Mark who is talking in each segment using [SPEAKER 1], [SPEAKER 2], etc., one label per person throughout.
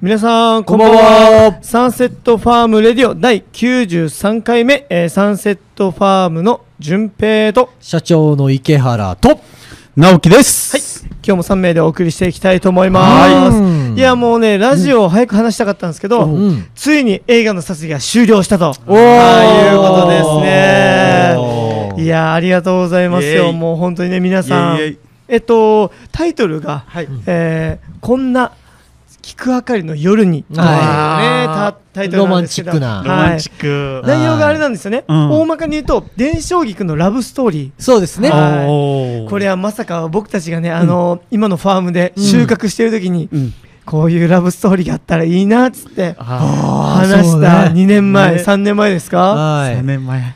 [SPEAKER 1] 皆さん、こんばん
[SPEAKER 2] こんばん
[SPEAKER 1] は
[SPEAKER 2] は。
[SPEAKER 1] サンセットファームレディオ第93回目、えーサンセットファームの順平と、
[SPEAKER 2] 社長の池原と、
[SPEAKER 3] 直樹で
[SPEAKER 1] はい
[SPEAKER 3] す。、
[SPEAKER 1] 今日も3名でお送りしていきたいと思います。
[SPEAKER 2] はい
[SPEAKER 1] いや、もうね、ラジオを早く話したかったんですけど、
[SPEAKER 2] うん
[SPEAKER 1] ついに映画の撮影が終了したと、
[SPEAKER 2] ー
[SPEAKER 1] はいいうことです
[SPEAKER 2] おー
[SPEAKER 1] ね。いやー、ありがとうございます
[SPEAKER 3] イエ
[SPEAKER 1] よ。
[SPEAKER 3] イ
[SPEAKER 1] もう本当にね、皆さん。
[SPEAKER 3] イエイイエイ
[SPEAKER 1] えっと、タイトルが、
[SPEAKER 3] はい
[SPEAKER 1] えーこんな聞く明かりの夜に、
[SPEAKER 2] はい
[SPEAKER 1] ねタタイトルなんですけど
[SPEAKER 2] ロマンチックな
[SPEAKER 1] はい
[SPEAKER 3] ク
[SPEAKER 1] 内容があれなんですよね、
[SPEAKER 3] うん
[SPEAKER 1] 大まかに言うと伝承菊のラブストーリ
[SPEAKER 2] そうですね。
[SPEAKER 1] は
[SPEAKER 2] はい
[SPEAKER 3] お
[SPEAKER 1] ー
[SPEAKER 3] ー
[SPEAKER 1] これはまさか僕たちがねあの、今のファームで
[SPEAKER 2] ん
[SPEAKER 1] 収穫してる時に、
[SPEAKER 3] うん
[SPEAKER 1] こういうラブストーリーがあったらいいなっつって
[SPEAKER 2] あー
[SPEAKER 1] 話
[SPEAKER 2] そ
[SPEAKER 1] し
[SPEAKER 2] うだ
[SPEAKER 1] た
[SPEAKER 2] ね
[SPEAKER 1] 2年前、
[SPEAKER 3] ね
[SPEAKER 1] 3年前ですか
[SPEAKER 3] 3年前。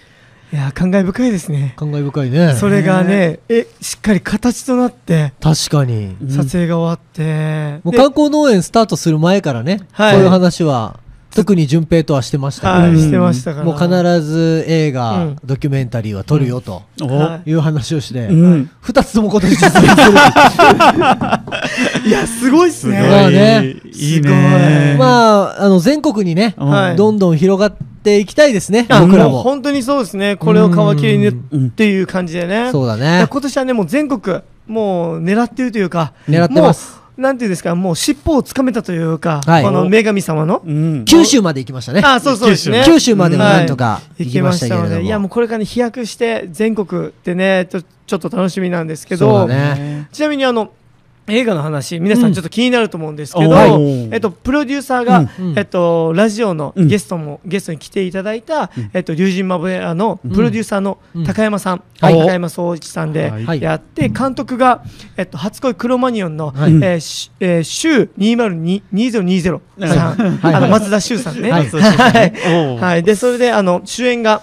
[SPEAKER 1] いや感慨深いですね
[SPEAKER 2] 感慨深いね。
[SPEAKER 1] それがねえしっかり形となって
[SPEAKER 2] 確かに。
[SPEAKER 3] ん
[SPEAKER 1] 撮影が終わって、
[SPEAKER 2] もう
[SPEAKER 1] で
[SPEAKER 2] 観光農園スタートする前からね、そう
[SPEAKER 1] はい
[SPEAKER 2] いう話は、特に順平とはしてました
[SPEAKER 1] はい、
[SPEAKER 2] け
[SPEAKER 3] うん
[SPEAKER 1] してましたか
[SPEAKER 2] ど、
[SPEAKER 1] ら
[SPEAKER 2] もう必ず映
[SPEAKER 1] う
[SPEAKER 2] 画
[SPEAKER 1] ん、
[SPEAKER 2] ドキュメンタリーは撮るよと
[SPEAKER 3] お
[SPEAKER 1] は
[SPEAKER 2] いう話をして
[SPEAKER 3] う、ん。
[SPEAKER 2] 二つとも今年実現する。
[SPEAKER 1] いやすごいっすね
[SPEAKER 2] すごいね
[SPEAKER 3] いいね。
[SPEAKER 2] まあ、あの、全国にね、
[SPEAKER 1] はい
[SPEAKER 2] どんどん広がっていきたいですね、
[SPEAKER 1] いや
[SPEAKER 2] 僕ら
[SPEAKER 1] う
[SPEAKER 2] も。
[SPEAKER 1] 本当にそうですねこれを皮切りにっていう感じでね
[SPEAKER 2] そうだ
[SPEAKER 1] い
[SPEAKER 2] ね
[SPEAKER 1] や。今年はねもう全国もう狙っているというか
[SPEAKER 2] 狙ってます
[SPEAKER 1] もうなんていうんですかもう尻尾をつかめたというか、
[SPEAKER 2] はい
[SPEAKER 1] この女神様の、
[SPEAKER 3] うん。
[SPEAKER 2] 九州まで行きましたね。
[SPEAKER 1] あそうそうですね
[SPEAKER 2] 九州までもなんとか
[SPEAKER 1] い
[SPEAKER 2] 行きましたけれども
[SPEAKER 1] 行のでいやもうこれからね飛躍して全国でねちょちょっと楽しみなんですけど
[SPEAKER 2] そうだね
[SPEAKER 1] ちなみにあの映画の話皆さんちょっと気になると思うんですけど、
[SPEAKER 3] うん
[SPEAKER 1] はい
[SPEAKER 3] おー
[SPEAKER 1] えっと、プロデューサーが、
[SPEAKER 2] うん
[SPEAKER 1] えっと、ラジオの
[SPEAKER 3] うん
[SPEAKER 1] ゲストも、ゲストに来ていただいた、えっと、龍神マブヤの
[SPEAKER 2] ん
[SPEAKER 1] プロデューサーの
[SPEAKER 2] うん
[SPEAKER 1] 高山さん、
[SPEAKER 2] はい
[SPEAKER 1] 高山総一さんで
[SPEAKER 3] はい
[SPEAKER 1] やって、監督が、えっと、初恋クロマニオンの、
[SPEAKER 2] はい
[SPEAKER 1] えーしえー、週2020 2020さん、
[SPEAKER 2] はい
[SPEAKER 1] あの松田修さんね。
[SPEAKER 2] は
[SPEAKER 1] はいい、
[SPEAKER 2] そう
[SPEAKER 3] おー
[SPEAKER 1] はいでそれであの主演が、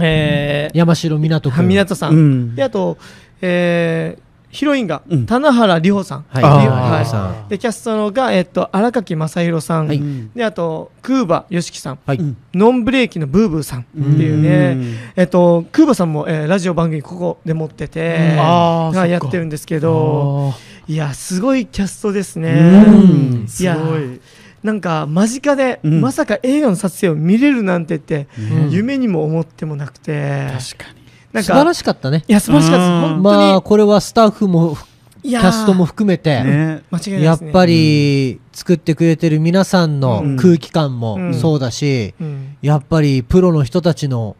[SPEAKER 1] えー
[SPEAKER 2] 山城みなとくん。
[SPEAKER 1] 港さん、
[SPEAKER 3] うん
[SPEAKER 1] であと、えーヒロインが
[SPEAKER 3] うん
[SPEAKER 1] 棚原里穂さん、
[SPEAKER 2] はい、
[SPEAKER 3] あー
[SPEAKER 2] リオ
[SPEAKER 1] はい
[SPEAKER 2] リオさ
[SPEAKER 1] でキャストのが、えっと荒垣正宏さん、
[SPEAKER 2] はい
[SPEAKER 3] うん
[SPEAKER 1] であとクーバよしきさん、
[SPEAKER 2] はい
[SPEAKER 3] うん
[SPEAKER 1] ノンブレーキのブーブーさんっていう
[SPEAKER 3] うん
[SPEAKER 1] ね、えっとクーバさんも、えーラジオ番組ここで持ってて、
[SPEAKER 2] うん
[SPEAKER 3] あ
[SPEAKER 1] が
[SPEAKER 3] ーそっか
[SPEAKER 1] やってるんですけど
[SPEAKER 3] あ
[SPEAKER 1] いやすごいキャストですね。
[SPEAKER 3] ーうん
[SPEAKER 1] いや
[SPEAKER 3] すごい。
[SPEAKER 1] なんか間近で、
[SPEAKER 3] うん
[SPEAKER 1] まさか映画の撮影を見れるなんてって、
[SPEAKER 2] ん。
[SPEAKER 1] 夢にも思ってもなくて
[SPEAKER 3] 確かに。
[SPEAKER 1] なんか
[SPEAKER 2] 素晴らしかったね
[SPEAKER 1] い。や素晴らしかったです
[SPEAKER 3] う
[SPEAKER 1] 本
[SPEAKER 3] ん
[SPEAKER 1] 当に、
[SPEAKER 2] まあ、これはスタッフも、ふ
[SPEAKER 1] い
[SPEAKER 2] キ
[SPEAKER 1] やー
[SPEAKER 2] ャストも含めて、
[SPEAKER 3] ね。
[SPEAKER 1] 間違いない
[SPEAKER 2] や
[SPEAKER 1] で
[SPEAKER 2] っ
[SPEAKER 1] すね
[SPEAKER 2] ぱり作ってくれてる皆さんの
[SPEAKER 3] うん
[SPEAKER 2] 空気感
[SPEAKER 1] う
[SPEAKER 2] も
[SPEAKER 1] ん
[SPEAKER 2] そうだし、
[SPEAKER 1] うん
[SPEAKER 2] やっぱりプロの人たちの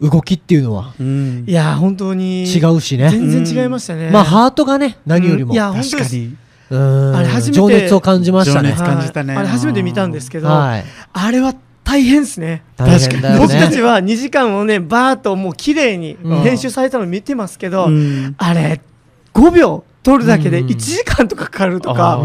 [SPEAKER 2] 動きっていうのは
[SPEAKER 3] うん
[SPEAKER 1] いやー本当に
[SPEAKER 2] 違うしね。
[SPEAKER 1] 全然違いましたね、
[SPEAKER 2] まあ、ハートがね、何よりも。
[SPEAKER 1] うんいや
[SPEAKER 3] 確かに。
[SPEAKER 2] うん
[SPEAKER 1] あれ初めて
[SPEAKER 2] 情熱を感じました
[SPEAKER 3] 情
[SPEAKER 2] ね
[SPEAKER 3] 熱。感じたね
[SPEAKER 1] はいあれ初めて見たんですけど、
[SPEAKER 2] はい。
[SPEAKER 1] あれは大変ですね
[SPEAKER 2] 大変だよね
[SPEAKER 1] 僕たちは2時間をねバーッともう綺麗に
[SPEAKER 2] うん
[SPEAKER 1] 編集されたの見てますけど、
[SPEAKER 3] うん
[SPEAKER 1] あれ5秒撮るだけで
[SPEAKER 2] うん
[SPEAKER 1] 1時間とかかかるとか、
[SPEAKER 3] あー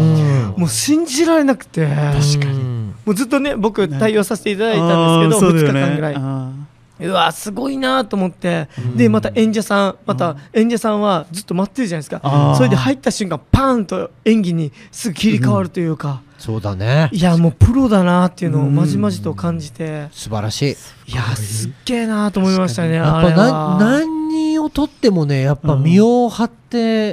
[SPEAKER 2] うん
[SPEAKER 1] もう信じられなくて
[SPEAKER 3] 確かに
[SPEAKER 2] うん
[SPEAKER 1] もうずっとね僕対応させていただいたんですけど、
[SPEAKER 3] あーそう
[SPEAKER 1] 2
[SPEAKER 3] だよ
[SPEAKER 1] 日
[SPEAKER 3] ね
[SPEAKER 1] 間ぐらい
[SPEAKER 3] あー
[SPEAKER 1] うわすごいなと思って、
[SPEAKER 2] うん
[SPEAKER 1] でまた演者さんまた演者さんはずっと待ってるじゃないです
[SPEAKER 3] あ
[SPEAKER 1] か
[SPEAKER 3] ー
[SPEAKER 1] それで入った瞬間パーンと演技にすぐ切り替わるというか、
[SPEAKER 2] そうだね。
[SPEAKER 1] いやもうプロだなっていうのをまじまじと感じて、
[SPEAKER 2] 素晴らしい。
[SPEAKER 1] いやすっげえなと思いましたね
[SPEAKER 2] や
[SPEAKER 1] あ
[SPEAKER 2] っ
[SPEAKER 1] れ
[SPEAKER 2] ぱ
[SPEAKER 1] は
[SPEAKER 2] な何をとってもねやっぱ
[SPEAKER 3] うん
[SPEAKER 2] 身を張って、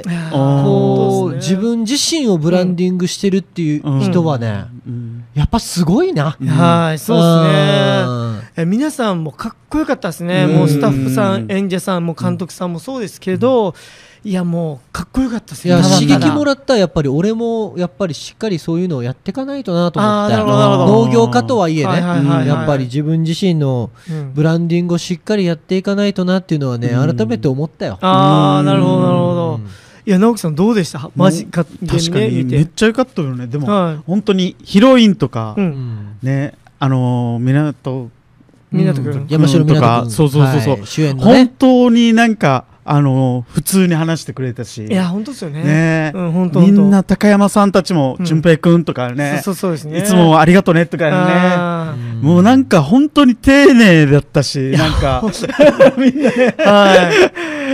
[SPEAKER 1] いやー
[SPEAKER 3] あー
[SPEAKER 2] こ
[SPEAKER 1] そう
[SPEAKER 2] う
[SPEAKER 1] ですね
[SPEAKER 2] 自分自身をブランディングしてるっていう人はね、
[SPEAKER 3] うん
[SPEAKER 2] やっぱすごいな。
[SPEAKER 1] はいそうですね
[SPEAKER 2] ね。
[SPEAKER 1] え皆さんもかっこよかったですね、
[SPEAKER 3] うん
[SPEAKER 1] もうスタッフさ、
[SPEAKER 3] うんん
[SPEAKER 1] 演者さんも監督さんもそうですけど、いや、もうかっこよかったです
[SPEAKER 2] い
[SPEAKER 1] ね、
[SPEAKER 2] や
[SPEAKER 1] ただ
[SPEAKER 2] 刺
[SPEAKER 1] ただ
[SPEAKER 2] 激もらったらやっぱり俺もやっぱりしっかりそういうのをやっていかないとなと思
[SPEAKER 1] あー
[SPEAKER 2] って
[SPEAKER 1] なるほどなるほ
[SPEAKER 3] ど
[SPEAKER 2] 農業家とはいえ
[SPEAKER 1] はいはい
[SPEAKER 3] はいは
[SPEAKER 2] ね
[SPEAKER 3] い
[SPEAKER 2] やっぱり自分自身の
[SPEAKER 1] うん
[SPEAKER 2] ブランディングをしっかりやっていかないとなっていうのはね
[SPEAKER 3] うん
[SPEAKER 2] 改めて思ったよ。
[SPEAKER 1] ああ、なるほど、なるほど。いや、直樹さん、どうでしたマジか、
[SPEAKER 3] 確かに
[SPEAKER 1] 見。
[SPEAKER 3] めってちゃ良かったよねでも、
[SPEAKER 1] はい
[SPEAKER 3] 本当にヒロインとか、
[SPEAKER 1] う。
[SPEAKER 2] うんん
[SPEAKER 3] ねあのー、港
[SPEAKER 1] みんなとく
[SPEAKER 2] うん
[SPEAKER 1] ん。
[SPEAKER 2] 山城みな
[SPEAKER 3] と
[SPEAKER 2] と君
[SPEAKER 3] かそうそうそうそう
[SPEAKER 2] はい主演の
[SPEAKER 3] 本
[SPEAKER 2] ね。
[SPEAKER 3] 当になんかあのー、普通に話してくれたし
[SPEAKER 1] いや、本当ですよね。
[SPEAKER 3] ね
[SPEAKER 1] うん、本当
[SPEAKER 3] みんな、高山さんたちも
[SPEAKER 1] うん
[SPEAKER 3] 淳、平くんとか
[SPEAKER 1] ね
[SPEAKER 3] ね。
[SPEAKER 1] そうそうそうですね。
[SPEAKER 3] いつもありがとねとか
[SPEAKER 1] あ
[SPEAKER 3] ねもうなんか本当に丁寧だったしなんかみんな ね
[SPEAKER 1] ーはい。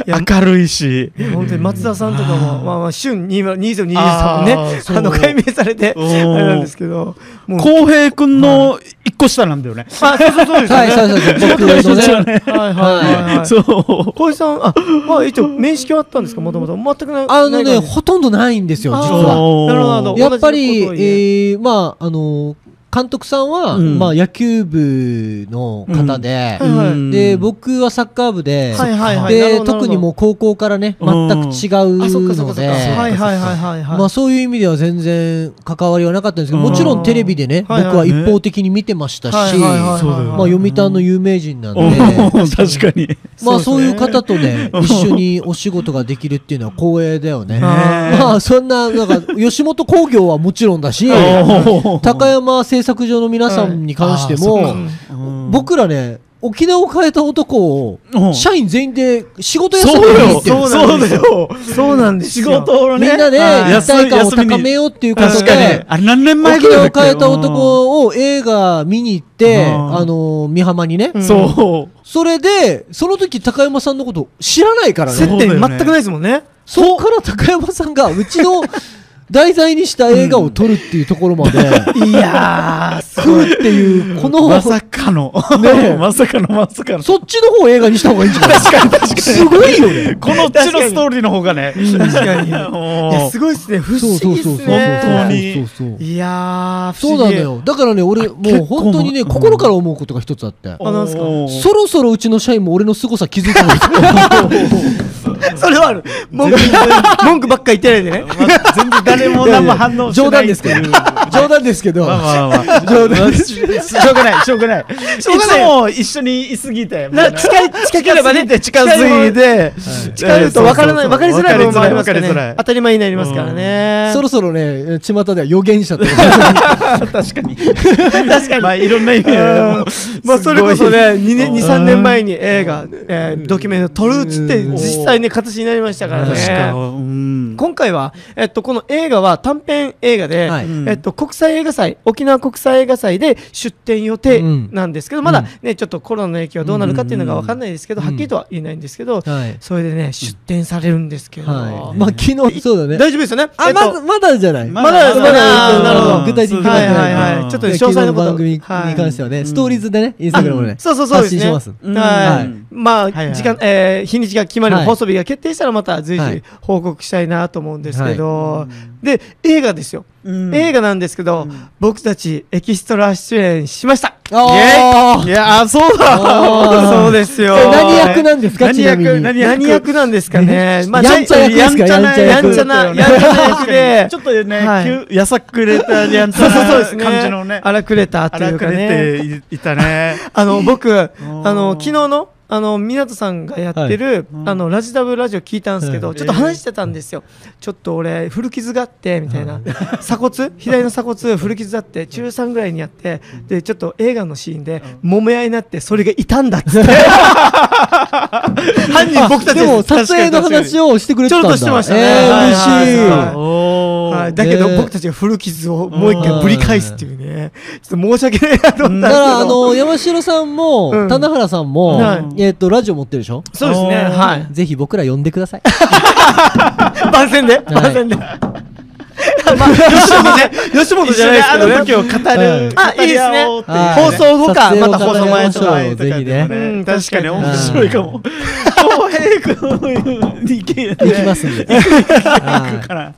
[SPEAKER 1] いや
[SPEAKER 3] 明るいし
[SPEAKER 1] いや本当に松田さんとかも、まあまあ、旬2023さんも
[SPEAKER 3] あ
[SPEAKER 1] ね
[SPEAKER 3] ー、そう
[SPEAKER 1] あの、解明されて、
[SPEAKER 3] お
[SPEAKER 1] あ
[SPEAKER 3] ー
[SPEAKER 1] れなんですけど、もう、
[SPEAKER 3] 浩平くんの一個下なんだよね、
[SPEAKER 1] あ、そうそうそうですよ
[SPEAKER 2] はい、
[SPEAKER 1] ね。
[SPEAKER 2] そうそうそう、僕のね。
[SPEAKER 1] はいはいはいはい。
[SPEAKER 3] そう
[SPEAKER 1] 小石さん、あ、まあ一応面識はあったんですかもともと全くな
[SPEAKER 2] あの
[SPEAKER 1] ない
[SPEAKER 2] ね、
[SPEAKER 1] 感じ
[SPEAKER 2] ほとんどないんですよ、実
[SPEAKER 1] あー
[SPEAKER 2] は。
[SPEAKER 3] は
[SPEAKER 1] なるほどなるほど
[SPEAKER 2] やっぱり、
[SPEAKER 1] 同じことを言
[SPEAKER 2] えーまあ、あの、監督さんは、
[SPEAKER 3] うん
[SPEAKER 2] まあ、野球部の方で、
[SPEAKER 1] うんはいはい
[SPEAKER 2] で、僕はサッカー部で、
[SPEAKER 1] はいはいはいなるほど
[SPEAKER 2] で、
[SPEAKER 1] なるほど
[SPEAKER 2] 特にもう高校からね、全く違う
[SPEAKER 1] あそっかそっかそっかは
[SPEAKER 2] の
[SPEAKER 1] い
[SPEAKER 2] で、
[SPEAKER 1] はいはいはいはい
[SPEAKER 2] まあそういう意味では全然関わりはなかったんですけど、
[SPEAKER 3] うん
[SPEAKER 2] もちろんテレビでね、僕
[SPEAKER 1] はいはい
[SPEAKER 2] は一方的に見てましたし、
[SPEAKER 1] はいはいはいはい
[SPEAKER 3] そうだよね
[SPEAKER 2] まあ読谷の有名人なんで、
[SPEAKER 3] おー確かに。
[SPEAKER 2] まあ
[SPEAKER 1] そ
[SPEAKER 2] そうう
[SPEAKER 1] です
[SPEAKER 2] い
[SPEAKER 1] ね
[SPEAKER 2] う方と ね、一緒にお仕事ができるっていうのは光栄だよね。
[SPEAKER 1] あー
[SPEAKER 2] まあそんな、なんか、吉本興業はもちろんだ し、
[SPEAKER 3] おー
[SPEAKER 2] 高山製作所の皆さんに関して
[SPEAKER 1] う
[SPEAKER 2] も、
[SPEAKER 1] ん
[SPEAKER 3] うん
[SPEAKER 2] 僕らね、沖縄を変えた男
[SPEAKER 3] う
[SPEAKER 2] を、
[SPEAKER 3] ん
[SPEAKER 2] 社員全員で仕事休み
[SPEAKER 3] そう
[SPEAKER 2] に行
[SPEAKER 3] よ
[SPEAKER 2] ってる
[SPEAKER 1] そう
[SPEAKER 3] そうだよ
[SPEAKER 1] そうなんです
[SPEAKER 3] 仕
[SPEAKER 1] よ
[SPEAKER 3] 事をね。
[SPEAKER 2] みんなで
[SPEAKER 3] はい
[SPEAKER 2] 一体感を
[SPEAKER 3] 休み
[SPEAKER 2] 高めようっていうこと
[SPEAKER 3] 確かに
[SPEAKER 2] で。、
[SPEAKER 3] あれ何年前
[SPEAKER 2] 沖
[SPEAKER 3] ぐら
[SPEAKER 2] 縄
[SPEAKER 3] いだ
[SPEAKER 2] を
[SPEAKER 3] っけ
[SPEAKER 2] 変えた。男を映画見に行って、
[SPEAKER 3] うん
[SPEAKER 2] あの、美浜にね。
[SPEAKER 1] う
[SPEAKER 3] うん
[SPEAKER 1] ん
[SPEAKER 3] そう。
[SPEAKER 2] それで、その時高山さんのこと知らないから
[SPEAKER 1] 接
[SPEAKER 2] ね。
[SPEAKER 3] そう
[SPEAKER 1] 点全くないですもんね
[SPEAKER 2] そっから高山さんがうちの題材にした映画を撮るっていうところまで、
[SPEAKER 1] いやー
[SPEAKER 2] 来るっていう、この、
[SPEAKER 3] ま
[SPEAKER 2] そ
[SPEAKER 3] さかの。
[SPEAKER 2] ね
[SPEAKER 3] まさかのまさかの。
[SPEAKER 2] っちの方を映画にした方がいいんじゃない
[SPEAKER 3] 確かに確かに。
[SPEAKER 2] すごいよね。
[SPEAKER 3] このうちのストーリーの方がね。
[SPEAKER 1] 確か にい
[SPEAKER 3] もう
[SPEAKER 1] やすごいっすね不
[SPEAKER 2] そう
[SPEAKER 1] 思
[SPEAKER 2] そう
[SPEAKER 1] 議っ
[SPEAKER 2] そうそう。
[SPEAKER 1] す
[SPEAKER 3] 本当
[SPEAKER 1] ね
[SPEAKER 3] に
[SPEAKER 2] そうそうそう。
[SPEAKER 1] いやー不
[SPEAKER 2] そう
[SPEAKER 1] 思議
[SPEAKER 2] なのよ。だからね、俺、もう本当にね、
[SPEAKER 3] 結構
[SPEAKER 2] 心から思うことが一つあって。
[SPEAKER 1] あなんすか
[SPEAKER 3] おー
[SPEAKER 2] そろそろうちの社員も俺の凄さ気づいてもらいたい
[SPEAKER 1] それはある文句文句ばっか言ってないでね
[SPEAKER 3] まあ全然誰も何も反応してない。
[SPEAKER 2] 冗談ですけど。冗談ですけど。
[SPEAKER 3] まあまあまあまあ。
[SPEAKER 2] 冗談
[SPEAKER 3] ししょうがない、しょうがない。いつ
[SPEAKER 1] ょうがない
[SPEAKER 3] も一緒にいすぎて。
[SPEAKER 1] な近い近ければね
[SPEAKER 3] 近づいて、
[SPEAKER 1] 近寄ると分からない分かりづらい部分もあります
[SPEAKER 3] 分
[SPEAKER 1] か
[SPEAKER 3] か
[SPEAKER 1] ら
[SPEAKER 3] りづら
[SPEAKER 1] ね
[SPEAKER 3] い。
[SPEAKER 1] 当たり前になりますからね
[SPEAKER 2] そろそろね、巷では予言者って。
[SPEAKER 3] 確かに。 確かに。まあ、いろんな意味で。
[SPEAKER 1] まあそれこそね、2年、
[SPEAKER 3] うん
[SPEAKER 1] 2、3年前に映画、えードキュメント撮るっつって、
[SPEAKER 2] うん
[SPEAKER 1] 実際ね、形になりましたから
[SPEAKER 3] 確かに。
[SPEAKER 1] ね。
[SPEAKER 3] うん
[SPEAKER 1] 今回は、えっと、この映画は短編映画で、
[SPEAKER 2] はい
[SPEAKER 1] えっと、国際映画祭、沖縄国際映画祭で出展予定
[SPEAKER 2] うん
[SPEAKER 1] なんですけど、まだね、ちょっとコロナの影響はどうなるかっていうのが分かんないですけど、
[SPEAKER 2] うん
[SPEAKER 1] はっきりとは言えないんですけど、
[SPEAKER 2] はい。
[SPEAKER 1] それでね、出展されるんですけど、
[SPEAKER 2] はい。まあ昨日、そうだね。
[SPEAKER 1] 大丈夫ですよね
[SPEAKER 2] あ、
[SPEAKER 1] えっと
[SPEAKER 2] まだ、まだじゃない。
[SPEAKER 3] ま
[SPEAKER 1] まだ、
[SPEAKER 3] だ
[SPEAKER 1] まだ、
[SPEAKER 2] まだ
[SPEAKER 1] なるほど。
[SPEAKER 2] 具体的に決まってない
[SPEAKER 1] はいはいはい。ちょっとね、詳
[SPEAKER 2] 昨日
[SPEAKER 1] 細
[SPEAKER 2] の
[SPEAKER 1] のこと
[SPEAKER 2] 番組に
[SPEAKER 1] はい
[SPEAKER 2] 関してはね、
[SPEAKER 3] うん
[SPEAKER 2] ストーリーズでね、インスタグラムでね、
[SPEAKER 1] そうそうそうで
[SPEAKER 2] 発
[SPEAKER 1] す
[SPEAKER 2] 信
[SPEAKER 1] ね。
[SPEAKER 2] してます。
[SPEAKER 3] うん
[SPEAKER 1] は
[SPEAKER 3] はいい。
[SPEAKER 1] まあ、
[SPEAKER 3] はいはい
[SPEAKER 1] 時間、えー日にちが決まる、
[SPEAKER 2] はい
[SPEAKER 1] 放送日が決定したらまた随
[SPEAKER 2] は
[SPEAKER 1] 時
[SPEAKER 2] い
[SPEAKER 1] 報告したいなと思うんですけど
[SPEAKER 3] は、
[SPEAKER 1] で、映画ですよ。
[SPEAKER 3] うん
[SPEAKER 1] 映画なんですけど、僕たちエキストラ出演しました。
[SPEAKER 2] あー
[SPEAKER 3] いや、あ、そう
[SPEAKER 2] あー
[SPEAKER 1] そうですよ。
[SPEAKER 2] それ何役なんですか
[SPEAKER 3] 何
[SPEAKER 2] ちなみ
[SPEAKER 3] 役
[SPEAKER 2] に。
[SPEAKER 3] 何
[SPEAKER 1] 何役なんですかね。まあ、
[SPEAKER 2] やんちゃ役ですか
[SPEAKER 3] やんちゃな。
[SPEAKER 1] や
[SPEAKER 2] や
[SPEAKER 1] ん
[SPEAKER 2] ん
[SPEAKER 1] ち
[SPEAKER 2] ち
[SPEAKER 1] ゃ
[SPEAKER 2] ゃ
[SPEAKER 1] な、やん
[SPEAKER 2] 役。
[SPEAKER 1] ち ゃな役で
[SPEAKER 3] ちょっとね
[SPEAKER 1] はい、
[SPEAKER 3] 急やさくれたやんち
[SPEAKER 1] そう
[SPEAKER 3] ゃ
[SPEAKER 1] そうそうです
[SPEAKER 3] な
[SPEAKER 1] ね。
[SPEAKER 3] 感じのね。
[SPEAKER 1] 荒くれたとい
[SPEAKER 3] 荒
[SPEAKER 1] う
[SPEAKER 3] く
[SPEAKER 1] か
[SPEAKER 3] れ
[SPEAKER 1] ね。
[SPEAKER 3] ていいた ね。
[SPEAKER 1] あの、僕、あ
[SPEAKER 3] ー
[SPEAKER 1] の、昨日の、あの、港さんがやってる、
[SPEAKER 3] うん
[SPEAKER 1] あの、ラジダブラジオ聞いたんですけど、
[SPEAKER 3] はい
[SPEAKER 1] ちょっと話してたんですよ。ちょっと俺、古傷があって、みたいな。鎖骨左の鎖骨、古傷あって、中3ぐらいにあって、で、ちょっと映画のシーンで、揉め合いになって、それが痛んだっつって。 犯人僕たち
[SPEAKER 2] でも、
[SPEAKER 1] です。
[SPEAKER 2] 撮影の話をしてくれてたんだ。
[SPEAKER 1] ちょっとしてましたね
[SPEAKER 2] えー
[SPEAKER 1] はいはい
[SPEAKER 2] 嬉
[SPEAKER 1] はい
[SPEAKER 2] しい。
[SPEAKER 3] おー
[SPEAKER 1] はい、だけど、
[SPEAKER 2] ね
[SPEAKER 1] 僕たちが古傷をもう一回ぶり返すっていうね、ちょっと申し訳ないなと思ったんですけど。
[SPEAKER 2] だから、あの、山城さんも、
[SPEAKER 1] うん
[SPEAKER 2] 棚原さんも、
[SPEAKER 1] は
[SPEAKER 2] えっ、と、ラジオ持ってるでしょ
[SPEAKER 1] そうですね、
[SPEAKER 3] あー
[SPEAKER 1] はい。
[SPEAKER 2] ぜひ僕ら呼んでください。
[SPEAKER 1] 番宣で、番宣で。まあ、吉本ね、吉本
[SPEAKER 3] 一
[SPEAKER 1] じゃ
[SPEAKER 3] 緒
[SPEAKER 1] ない
[SPEAKER 3] に
[SPEAKER 1] です
[SPEAKER 3] あ
[SPEAKER 1] けどね。
[SPEAKER 3] の時を語る。
[SPEAKER 1] あいいですね
[SPEAKER 3] 語り合おうっていう
[SPEAKER 2] はい
[SPEAKER 1] 放送後か
[SPEAKER 2] 撮影を
[SPEAKER 1] また放送前
[SPEAKER 2] 語り合いましょうぜひね。
[SPEAKER 1] うん
[SPEAKER 3] 確かに
[SPEAKER 1] うん
[SPEAKER 3] 面白いかも。浩平君の意見ね
[SPEAKER 2] できますんで。
[SPEAKER 3] 行
[SPEAKER 2] は
[SPEAKER 3] くから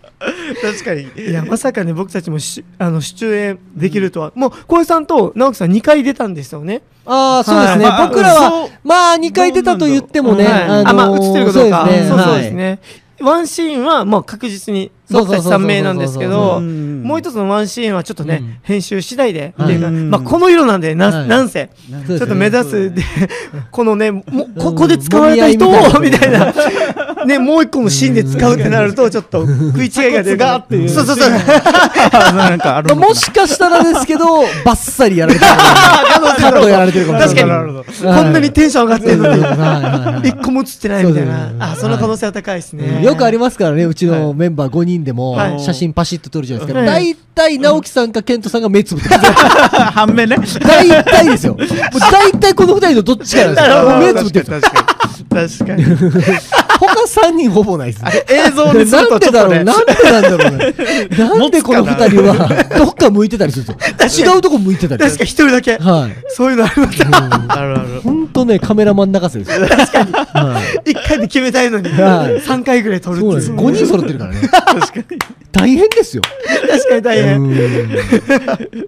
[SPEAKER 3] 確かに。
[SPEAKER 1] いや、まさかね、僕たちもしあの出演できるとは。もう、浩平さんと直樹さん2回出たんですよね。
[SPEAKER 2] ああ、そうですね。
[SPEAKER 1] はい
[SPEAKER 2] 僕ら
[SPEAKER 3] そう
[SPEAKER 2] は、まあ、2回出たと言ってもね、
[SPEAKER 1] はい
[SPEAKER 2] あの
[SPEAKER 1] あ、まあ、映ってるかどうか。
[SPEAKER 2] そうですね。
[SPEAKER 1] そうそうです
[SPEAKER 2] はい
[SPEAKER 1] ね。ワンシーンはもう確実に僕たち3名なんですけ
[SPEAKER 2] そ
[SPEAKER 1] ど、も
[SPEAKER 3] も
[SPEAKER 1] う一つのワンシーンはちょっとね、
[SPEAKER 2] うん
[SPEAKER 1] 編集次第で、っていうか、
[SPEAKER 3] うん
[SPEAKER 1] まあ、この色なんで、な、
[SPEAKER 2] はい
[SPEAKER 1] なんせ。
[SPEAKER 2] そ
[SPEAKER 1] ち
[SPEAKER 2] う
[SPEAKER 1] ょっ
[SPEAKER 2] です
[SPEAKER 1] と
[SPEAKER 2] ね
[SPEAKER 1] 目指すで、 このね、もこ
[SPEAKER 2] うん
[SPEAKER 1] こで使われた人を、
[SPEAKER 2] 盛
[SPEAKER 1] み
[SPEAKER 2] り
[SPEAKER 1] た
[SPEAKER 2] 上
[SPEAKER 1] いな、ね、もう一個のシーンで使うってなると、ちょっと食い違いが出る。
[SPEAKER 3] 鎖骨がっていう
[SPEAKER 1] そうそうそう。
[SPEAKER 3] なんかあるのかな
[SPEAKER 2] もしかしたらですけど、バッサリやられてる。カットやられてるかもしれない。
[SPEAKER 3] なるほどなる
[SPEAKER 2] 確
[SPEAKER 1] こんなにテンション上がってるのに、
[SPEAKER 2] はい
[SPEAKER 1] 一個も映ってないみたい
[SPEAKER 2] そうだよね
[SPEAKER 1] な。あ、その可能性は高いです
[SPEAKER 2] う
[SPEAKER 1] ね。
[SPEAKER 2] んよくありますからね、うちのメンバー5人で
[SPEAKER 1] は
[SPEAKER 2] も
[SPEAKER 1] い
[SPEAKER 2] 写真パシッと撮るじゃないです
[SPEAKER 1] は
[SPEAKER 2] か。
[SPEAKER 1] い
[SPEAKER 2] 大体、直樹さんか健人さんが目つぶってます。
[SPEAKER 3] 反面ね。
[SPEAKER 2] 大体ですよ。もう大体この2人のどっちかなんで
[SPEAKER 1] な
[SPEAKER 2] す
[SPEAKER 1] るほ
[SPEAKER 2] よ。
[SPEAKER 1] ど
[SPEAKER 2] もう目つぶってるんですよ。
[SPEAKER 3] 確か
[SPEAKER 1] 確かに
[SPEAKER 2] 他三人ほぼないです
[SPEAKER 1] あ
[SPEAKER 2] ね。
[SPEAKER 1] れ映像にする
[SPEAKER 2] な
[SPEAKER 1] と
[SPEAKER 2] ん
[SPEAKER 1] ちょ
[SPEAKER 2] で
[SPEAKER 1] っ
[SPEAKER 2] だ
[SPEAKER 1] と
[SPEAKER 2] ろう、
[SPEAKER 1] ね
[SPEAKER 2] なんでなんだろうね。なんでこの二人は、どっか向いてたりするんですよ。違うとこ向いてたり
[SPEAKER 1] 確かに一人だけ
[SPEAKER 2] はい。
[SPEAKER 1] そういうのありました あるある
[SPEAKER 2] ほんとね、カメラマン泣かせですよ。確か
[SPEAKER 1] 一回で決めたいのに
[SPEAKER 2] はい
[SPEAKER 1] 三回ぐらい撮るっ
[SPEAKER 2] に。
[SPEAKER 1] て
[SPEAKER 2] そ
[SPEAKER 1] い
[SPEAKER 2] うなん
[SPEAKER 1] う
[SPEAKER 2] です。5人揃ってるからね。
[SPEAKER 3] 確かに。
[SPEAKER 2] 大変ですよ。
[SPEAKER 1] 確かに大変
[SPEAKER 2] うん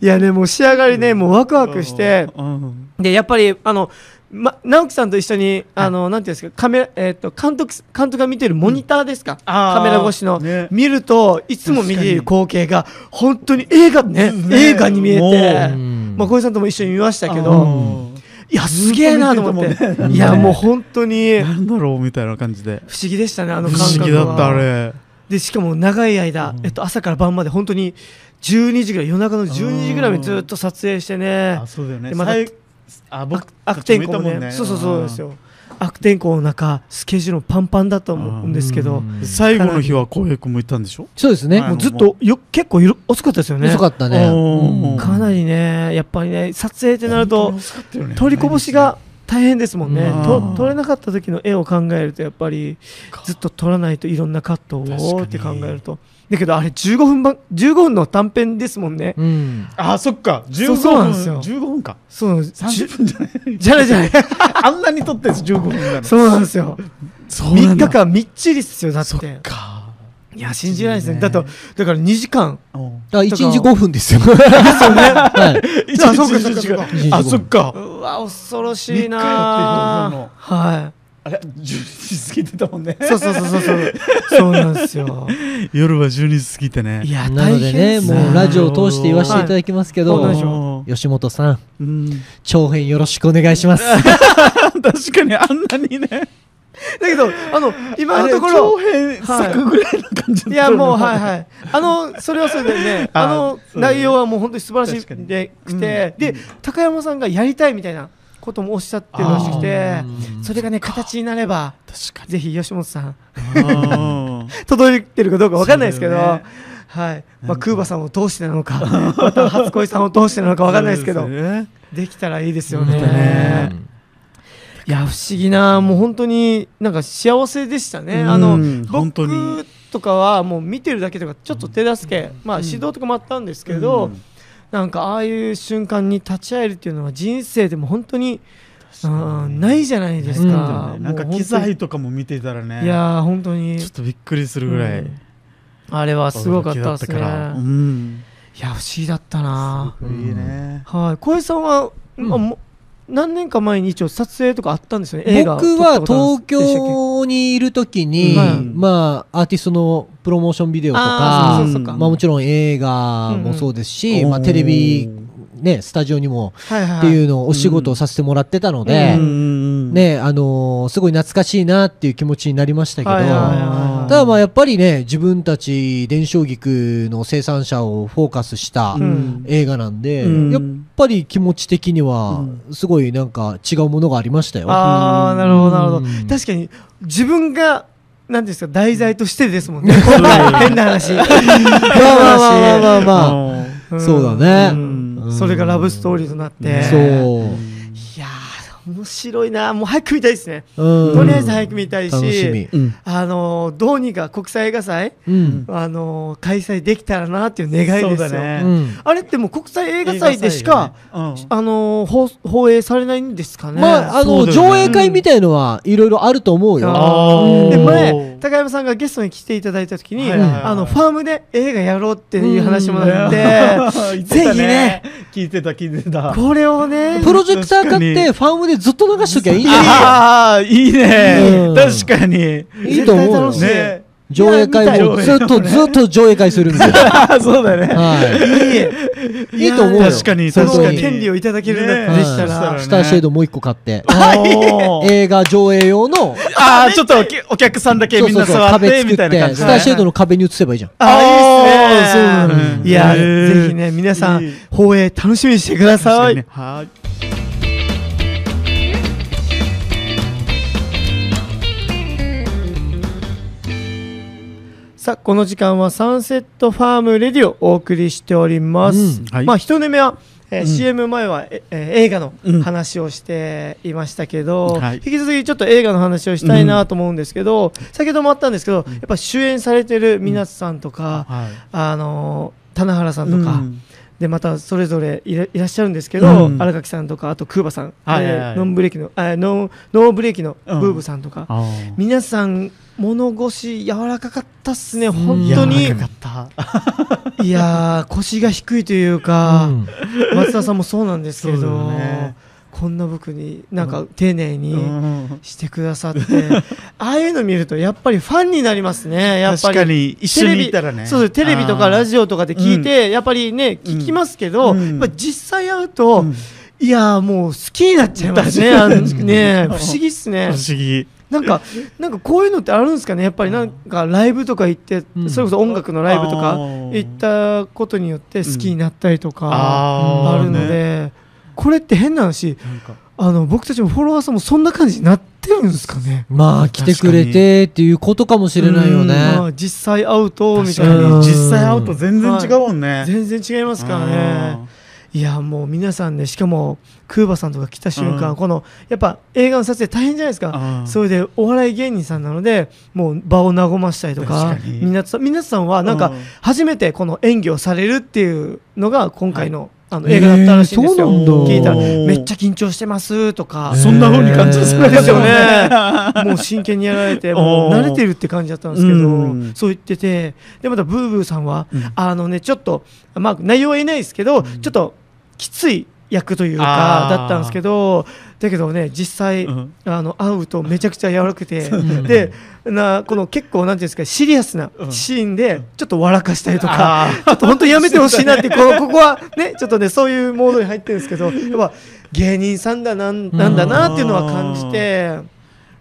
[SPEAKER 1] いやねもう仕上がりねもうワクワクして
[SPEAKER 3] うん
[SPEAKER 1] でやっぱりあの、ま、直樹さんと一緒にあの、なんていうんですかカメラ、えっと監督監督が見てるモニターですか、
[SPEAKER 3] あー
[SPEAKER 1] カメラ越しの、
[SPEAKER 3] ね
[SPEAKER 1] 見るといつも見ている光景が本当に映画ね
[SPEAKER 3] ね
[SPEAKER 1] 映画に見えて
[SPEAKER 3] う。
[SPEAKER 1] まあ、小井さんとも一緒に見ましたけ
[SPEAKER 3] あ
[SPEAKER 1] ど、
[SPEAKER 3] ー
[SPEAKER 1] いや、すげえなと思っ
[SPEAKER 3] ずっと見てた
[SPEAKER 1] て、
[SPEAKER 3] もんね
[SPEAKER 1] いや、もう本当に
[SPEAKER 3] なんだろうみたいな感じで。
[SPEAKER 1] 不思議でしたね、あの
[SPEAKER 3] 不
[SPEAKER 1] 感覚
[SPEAKER 3] 思
[SPEAKER 1] は
[SPEAKER 3] 議だった、あれ。
[SPEAKER 1] で、しかも長い間、えっと、朝から晩まで本当に12時ぐらい、夜中の12時ぐらいまでずっと撮影してね
[SPEAKER 3] あ、、そうだよね。
[SPEAKER 1] でまた
[SPEAKER 3] さいあ、僕
[SPEAKER 1] 悪天候もね、そうそうそうです。よ。悪天候の中、スケジュールもパンパンだと思うんですけど、
[SPEAKER 2] うん
[SPEAKER 3] 最後の日は浩平君もいたんでしょ
[SPEAKER 2] そうですね。
[SPEAKER 3] はい
[SPEAKER 1] もうずっとよ結構よ遅かったですよね
[SPEAKER 2] 遅。かったね。
[SPEAKER 3] おー
[SPEAKER 2] うん
[SPEAKER 1] かなりね、やっぱりね、撮影ってなると、取りこぼし
[SPEAKER 3] が
[SPEAKER 1] が大変ですもんね
[SPEAKER 2] うん
[SPEAKER 1] と撮れなかった時の絵を考えるとやっぱりずっと撮らないといろんなカットをって
[SPEAKER 3] 確
[SPEAKER 1] 考
[SPEAKER 3] かに
[SPEAKER 1] えるとだけどあれ15分ば15分の短編ですもんね、
[SPEAKER 2] うん。
[SPEAKER 3] あそっか
[SPEAKER 1] そう
[SPEAKER 3] 15
[SPEAKER 1] そうなんですよ
[SPEAKER 3] 分15分か
[SPEAKER 1] そうなんですじゅ
[SPEAKER 3] 30分じゃない
[SPEAKER 1] じゃないじゃない
[SPEAKER 3] あんなに撮ってんです15分なの
[SPEAKER 1] そうなんですよ
[SPEAKER 3] そう
[SPEAKER 1] 3日
[SPEAKER 3] か
[SPEAKER 1] 間みっちりですよだっ
[SPEAKER 3] そってか
[SPEAKER 1] いや信じられないですね
[SPEAKER 3] ね
[SPEAKER 1] だとだから2時間
[SPEAKER 2] だから1日5分ですよ。ですよね。はい。
[SPEAKER 3] 一
[SPEAKER 1] あ
[SPEAKER 3] 日
[SPEAKER 1] そうか
[SPEAKER 3] 一日
[SPEAKER 1] そうか
[SPEAKER 2] そうか
[SPEAKER 3] あそっ
[SPEAKER 1] う
[SPEAKER 3] か
[SPEAKER 1] わ恐ろしい
[SPEAKER 3] 三日や
[SPEAKER 1] な
[SPEAKER 3] ってる
[SPEAKER 1] は
[SPEAKER 3] あれ12時過ぎてたもんね
[SPEAKER 1] いそうそうそうそうそうそうなんですよ
[SPEAKER 3] 夜は12時過ぎてね
[SPEAKER 1] いや
[SPEAKER 2] な
[SPEAKER 1] 大
[SPEAKER 2] ので
[SPEAKER 1] 変
[SPEAKER 2] ね、
[SPEAKER 1] ですね
[SPEAKER 2] もうラジオを通して言わせていただきますけど、
[SPEAKER 1] はいそうなんでし
[SPEAKER 3] ょう
[SPEAKER 2] 吉本さん、
[SPEAKER 3] うん
[SPEAKER 2] 長編よろしくお願いします。
[SPEAKER 3] 確かにあんなにね
[SPEAKER 1] だけどあの今
[SPEAKER 3] あ
[SPEAKER 1] の
[SPEAKER 3] れ
[SPEAKER 1] ところ
[SPEAKER 3] 長編作ぐらいの感じ
[SPEAKER 1] いやもうはい
[SPEAKER 3] い
[SPEAKER 1] はいあのそれはそれでね
[SPEAKER 3] あ
[SPEAKER 1] あ
[SPEAKER 3] ー
[SPEAKER 1] の
[SPEAKER 3] そう
[SPEAKER 1] 内容はもう本当に素晴らし
[SPEAKER 3] 確か
[SPEAKER 1] い
[SPEAKER 3] に
[SPEAKER 1] でく
[SPEAKER 3] うん
[SPEAKER 1] てで高山さんがやりたいみたいなこともおっしゃってるらしくて
[SPEAKER 2] あー
[SPEAKER 1] それがね形になれば
[SPEAKER 3] 確か
[SPEAKER 1] ぜひ吉本さん
[SPEAKER 3] に
[SPEAKER 1] 届いてるかどうかわかんないですけど、
[SPEAKER 3] そうだよね
[SPEAKER 1] はいまあ、クーバさんを通してなの かまた初恋さんを通してなのかわかんないですけど
[SPEAKER 3] そうよね
[SPEAKER 1] できたらいいですよ
[SPEAKER 2] 本
[SPEAKER 1] ね
[SPEAKER 2] 当ね
[SPEAKER 1] いや不思議なもう本当になんか幸せでしたね、あの
[SPEAKER 3] うん本当
[SPEAKER 1] 僕
[SPEAKER 3] に
[SPEAKER 1] とかはもう見てるだけとかちょっと手助け、まあ指導とかもあったんですけど、
[SPEAKER 3] うん
[SPEAKER 1] なんかああいう瞬間に立ち会えるっていうのは人生でも本当にうんないじゃないです
[SPEAKER 2] うん
[SPEAKER 1] か、
[SPEAKER 3] なんか
[SPEAKER 1] もう本当に
[SPEAKER 3] 機材とかも見ていたらね
[SPEAKER 1] いやー本当に
[SPEAKER 3] ちょっとびっくりするぐらい、
[SPEAKER 1] うんあれはすごかったですね
[SPEAKER 3] 驚きだからうん
[SPEAKER 1] いや不思議だったな
[SPEAKER 3] すごいいいね、
[SPEAKER 1] はい小江さんは、
[SPEAKER 2] うん
[SPEAKER 1] まあもう何年か前に一応撮影とかあったんですよね映画
[SPEAKER 2] 僕は
[SPEAKER 1] 撮っ
[SPEAKER 2] 東
[SPEAKER 1] たこと
[SPEAKER 2] 京にいる時に、
[SPEAKER 1] うん
[SPEAKER 2] まあ、アーティストのプロモーションビデオと
[SPEAKER 1] あーそ
[SPEAKER 2] か
[SPEAKER 1] うそうそうか
[SPEAKER 2] まあ、もちろん映画もそうですし、
[SPEAKER 3] うんうん
[SPEAKER 2] まあ、
[SPEAKER 3] おー
[SPEAKER 2] テレビ、ね、スタジオにも
[SPEAKER 1] あるんですよねはいはい
[SPEAKER 2] っ
[SPEAKER 1] は
[SPEAKER 2] て
[SPEAKER 1] い
[SPEAKER 2] いうのをお仕事をさせてもらってたので、
[SPEAKER 1] うん
[SPEAKER 3] ん
[SPEAKER 2] ねあのーすごい懐かしいなっていう気持ちになりましたけど、
[SPEAKER 1] はいはいはいはい
[SPEAKER 2] ただまあやっぱりね自分たち伝承菊の生産者をフォーカスした
[SPEAKER 1] うん
[SPEAKER 2] 映画なんで、
[SPEAKER 3] うん
[SPEAKER 2] やっぱり気持ち的には
[SPEAKER 3] う
[SPEAKER 2] すごいなんか違うものがありました よ。
[SPEAKER 1] ああなるほどなるほど
[SPEAKER 2] うん
[SPEAKER 1] 確かに自分がなんていうんですか題材としてです もんね変な話変な
[SPEAKER 2] まあまあま
[SPEAKER 1] 話
[SPEAKER 2] あまあまあまあ
[SPEAKER 3] あ
[SPEAKER 1] ん
[SPEAKER 2] そうだね
[SPEAKER 1] ん
[SPEAKER 2] うん
[SPEAKER 1] それがラブストーリーとなって
[SPEAKER 2] そ、
[SPEAKER 1] いうやー面白いなもう早く見たいですね
[SPEAKER 2] うん
[SPEAKER 1] とりあえず早く見たい
[SPEAKER 2] 楽し
[SPEAKER 1] し
[SPEAKER 2] み、
[SPEAKER 3] うん
[SPEAKER 1] あのーどうにか国際映画祭
[SPEAKER 2] うん
[SPEAKER 1] あのー開催できたらなっていう願いです
[SPEAKER 3] そうだ
[SPEAKER 1] よ
[SPEAKER 3] ね
[SPEAKER 2] うん
[SPEAKER 1] あれってもう国際映画祭でしか
[SPEAKER 3] 映画祭がね
[SPEAKER 1] あのー放放映されないんですかね
[SPEAKER 2] まああ
[SPEAKER 3] そ
[SPEAKER 2] の、
[SPEAKER 3] うだよね
[SPEAKER 2] 上映会みたいのはいろいろあると思うよ。
[SPEAKER 1] あ
[SPEAKER 2] ー
[SPEAKER 1] で
[SPEAKER 3] う
[SPEAKER 1] 前
[SPEAKER 3] ん
[SPEAKER 1] 高山さんがゲストに来ていただいた時に、
[SPEAKER 3] はい
[SPEAKER 2] はいはい
[SPEAKER 1] あのファームで映画やろうっていう話 もあって、
[SPEAKER 3] 言ってた
[SPEAKER 1] ぜひね
[SPEAKER 3] 聞いてた聞い てた
[SPEAKER 1] これをね
[SPEAKER 2] プロジェクター買ってファームでずっと流しときゃいいんじゃない
[SPEAKER 3] ああいいね
[SPEAKER 2] うん
[SPEAKER 3] 確かに
[SPEAKER 2] いいと思う
[SPEAKER 1] 絶対楽
[SPEAKER 2] よ
[SPEAKER 1] しい
[SPEAKER 3] ね
[SPEAKER 2] 上映会も
[SPEAKER 3] い
[SPEAKER 2] ず
[SPEAKER 3] や
[SPEAKER 2] っ
[SPEAKER 3] 見たい
[SPEAKER 2] とずっと上映会するんですよ。
[SPEAKER 3] そうだね
[SPEAKER 2] はいい。いいと思うよ。
[SPEAKER 3] 確かに
[SPEAKER 1] そ
[SPEAKER 2] 本当
[SPEAKER 3] 確
[SPEAKER 1] の
[SPEAKER 3] かに
[SPEAKER 1] 権利をいただけるん
[SPEAKER 3] ね
[SPEAKER 1] だっ
[SPEAKER 2] は
[SPEAKER 1] た
[SPEAKER 2] い
[SPEAKER 1] でした
[SPEAKER 3] そした
[SPEAKER 1] ら、
[SPEAKER 3] ら
[SPEAKER 2] スターシェードもう一個買って。
[SPEAKER 3] おー
[SPEAKER 2] 映画上映用の、
[SPEAKER 3] ああちょっとお客お客さんだけみんな座っ
[SPEAKER 2] 壁
[SPEAKER 3] て
[SPEAKER 2] 作
[SPEAKER 3] み
[SPEAKER 2] った
[SPEAKER 3] いな感
[SPEAKER 2] て、
[SPEAKER 3] じ
[SPEAKER 2] ス
[SPEAKER 3] だ
[SPEAKER 2] タ
[SPEAKER 3] ね
[SPEAKER 2] ーシェードの壁に移せばいいじゃん。
[SPEAKER 1] あ
[SPEAKER 3] あー
[SPEAKER 1] いい
[SPEAKER 3] そうな
[SPEAKER 1] です
[SPEAKER 3] の
[SPEAKER 1] ねいや
[SPEAKER 3] へー
[SPEAKER 1] ぜひね皆さ
[SPEAKER 3] い
[SPEAKER 1] ん
[SPEAKER 3] い
[SPEAKER 1] 放映楽しみにしてくだ
[SPEAKER 3] 確
[SPEAKER 1] さ
[SPEAKER 3] か
[SPEAKER 1] い、
[SPEAKER 3] にねはい
[SPEAKER 1] さあこの時間はサンセットファームレディをお送りしております、
[SPEAKER 2] うん
[SPEAKER 3] はい
[SPEAKER 1] まあ一人目はえー
[SPEAKER 3] うん
[SPEAKER 1] CM 前は、ええー映画の
[SPEAKER 3] うん
[SPEAKER 1] 話をしていましたけど、
[SPEAKER 3] はい
[SPEAKER 1] 引き続きちょっと映画の話をしたいなと思うんですけど、先ほどもあったんですけど、やっぱ主演されてる皆さんとか、
[SPEAKER 3] はい
[SPEAKER 1] あのー棚原さんとか、
[SPEAKER 3] うん
[SPEAKER 1] でまたそれぞれいらいらっしゃるんですけど、
[SPEAKER 3] うん
[SPEAKER 1] 荒垣さんとかあとクーバさん、
[SPEAKER 3] はいはいはい
[SPEAKER 1] えーノンブレーキのあノンノーブレーキのブ
[SPEAKER 3] うん
[SPEAKER 1] ーブさんとか、
[SPEAKER 3] あー
[SPEAKER 1] 皆さん物腰柔らかかったっすね本当に
[SPEAKER 3] 柔らかかっ
[SPEAKER 1] いやー腰が低いというか、
[SPEAKER 2] うん
[SPEAKER 1] 松田さんもそうなんですけ
[SPEAKER 3] そうだ
[SPEAKER 1] ど、
[SPEAKER 3] よね
[SPEAKER 1] こんな僕になんか丁寧
[SPEAKER 3] た
[SPEAKER 1] に
[SPEAKER 3] うん
[SPEAKER 1] してくださって、 ああいうの見るとやっぱりファンになりますねやっぱ
[SPEAKER 3] 確
[SPEAKER 1] り
[SPEAKER 3] かに一緒にいたらね
[SPEAKER 1] そうですテレビとかラジオとかで聞いて、やっぱりね
[SPEAKER 3] うん
[SPEAKER 1] 聞きますけど、
[SPEAKER 3] うん
[SPEAKER 1] やっぱ実際会うと、
[SPEAKER 3] うん
[SPEAKER 1] いやーもう好きになっちゃいますねあのね不思議っすね
[SPEAKER 3] 不思議
[SPEAKER 1] なんかなんかこういうのってあるんですかねやっぱりなんかライブとか行って、
[SPEAKER 2] うん
[SPEAKER 1] それこそ音楽のライブと
[SPEAKER 3] あ
[SPEAKER 1] か
[SPEAKER 3] ー
[SPEAKER 1] 行ったことによって好きになったりとか
[SPEAKER 3] あー
[SPEAKER 1] あるので、
[SPEAKER 3] ね
[SPEAKER 1] これって変な話
[SPEAKER 3] なんか
[SPEAKER 1] あの僕たちもフォロワーさんもそんな感じになってるんですかね
[SPEAKER 2] まあ来てくれてっていうことかもしれないよね
[SPEAKER 1] うんまあ実際会うとみ
[SPEAKER 3] 確
[SPEAKER 1] た
[SPEAKER 3] か
[SPEAKER 1] い
[SPEAKER 3] に
[SPEAKER 1] な
[SPEAKER 2] うん
[SPEAKER 3] 実際会うと全然違うもんね、
[SPEAKER 1] 全然違いますからねいやもう皆さんねしかもクーバさんとか来た瞬間、
[SPEAKER 3] うん
[SPEAKER 1] このやっぱ映画の撮影大変じゃないですか、
[SPEAKER 3] あー
[SPEAKER 1] それでお笑い芸人さんなのでもう場を和ましたりとか
[SPEAKER 3] 確かに
[SPEAKER 1] 皆さん皆さんはなん
[SPEAKER 3] う
[SPEAKER 1] か
[SPEAKER 3] ん
[SPEAKER 1] 初めてこの演技をされるっていうのが今回の,、あの映画だったらしいんですよ、
[SPEAKER 2] えーそうなんだ
[SPEAKER 1] 聞いたら
[SPEAKER 3] おー
[SPEAKER 1] めっちゃ緊張してますとか、
[SPEAKER 2] え
[SPEAKER 3] そんな風に感じさせられ
[SPEAKER 1] です
[SPEAKER 3] て
[SPEAKER 1] よ
[SPEAKER 3] も
[SPEAKER 1] ね。も う真剣にやられて、もう
[SPEAKER 3] おー
[SPEAKER 1] 慣れてるって感じだったんですけ
[SPEAKER 3] うん
[SPEAKER 1] ど、そう言ってて、で、またブーブーさんは
[SPEAKER 3] うん、
[SPEAKER 1] あのね、ちょっと、まあ、内容は言えないですけど、ちょっときつい役というか
[SPEAKER 3] あ、ー
[SPEAKER 1] だったんですけど、だけどね、実際
[SPEAKER 3] うん、
[SPEAKER 1] あの、会うとめちゃくちゃ柔らかくて
[SPEAKER 2] ん、
[SPEAKER 1] で、な、この結構、なんていうんですか、シリアスな
[SPEAKER 3] うん
[SPEAKER 1] シーンで、ちょっと笑かしたりとか、
[SPEAKER 3] あ
[SPEAKER 1] ちょっと本当やめてほしいなって、このここはね、ちょっとね、そういうモードに入ってるんですけど、やっぱ芸人さんだなんなんだなっていうのは感じて、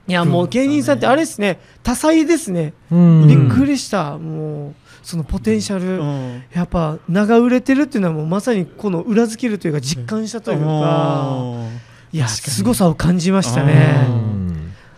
[SPEAKER 1] いや、もう芸人さんってあれですね、多彩ですね。
[SPEAKER 2] うん
[SPEAKER 1] びっくりした、もう、そのポテンシャ
[SPEAKER 3] ーう
[SPEAKER 1] ル。
[SPEAKER 3] ん
[SPEAKER 1] やっぱ名が売れてるっていうのはもうまさにこの裏付けるというか実感したというかいや
[SPEAKER 3] 確かに
[SPEAKER 1] 凄さを感じましたね
[SPEAKER 3] うん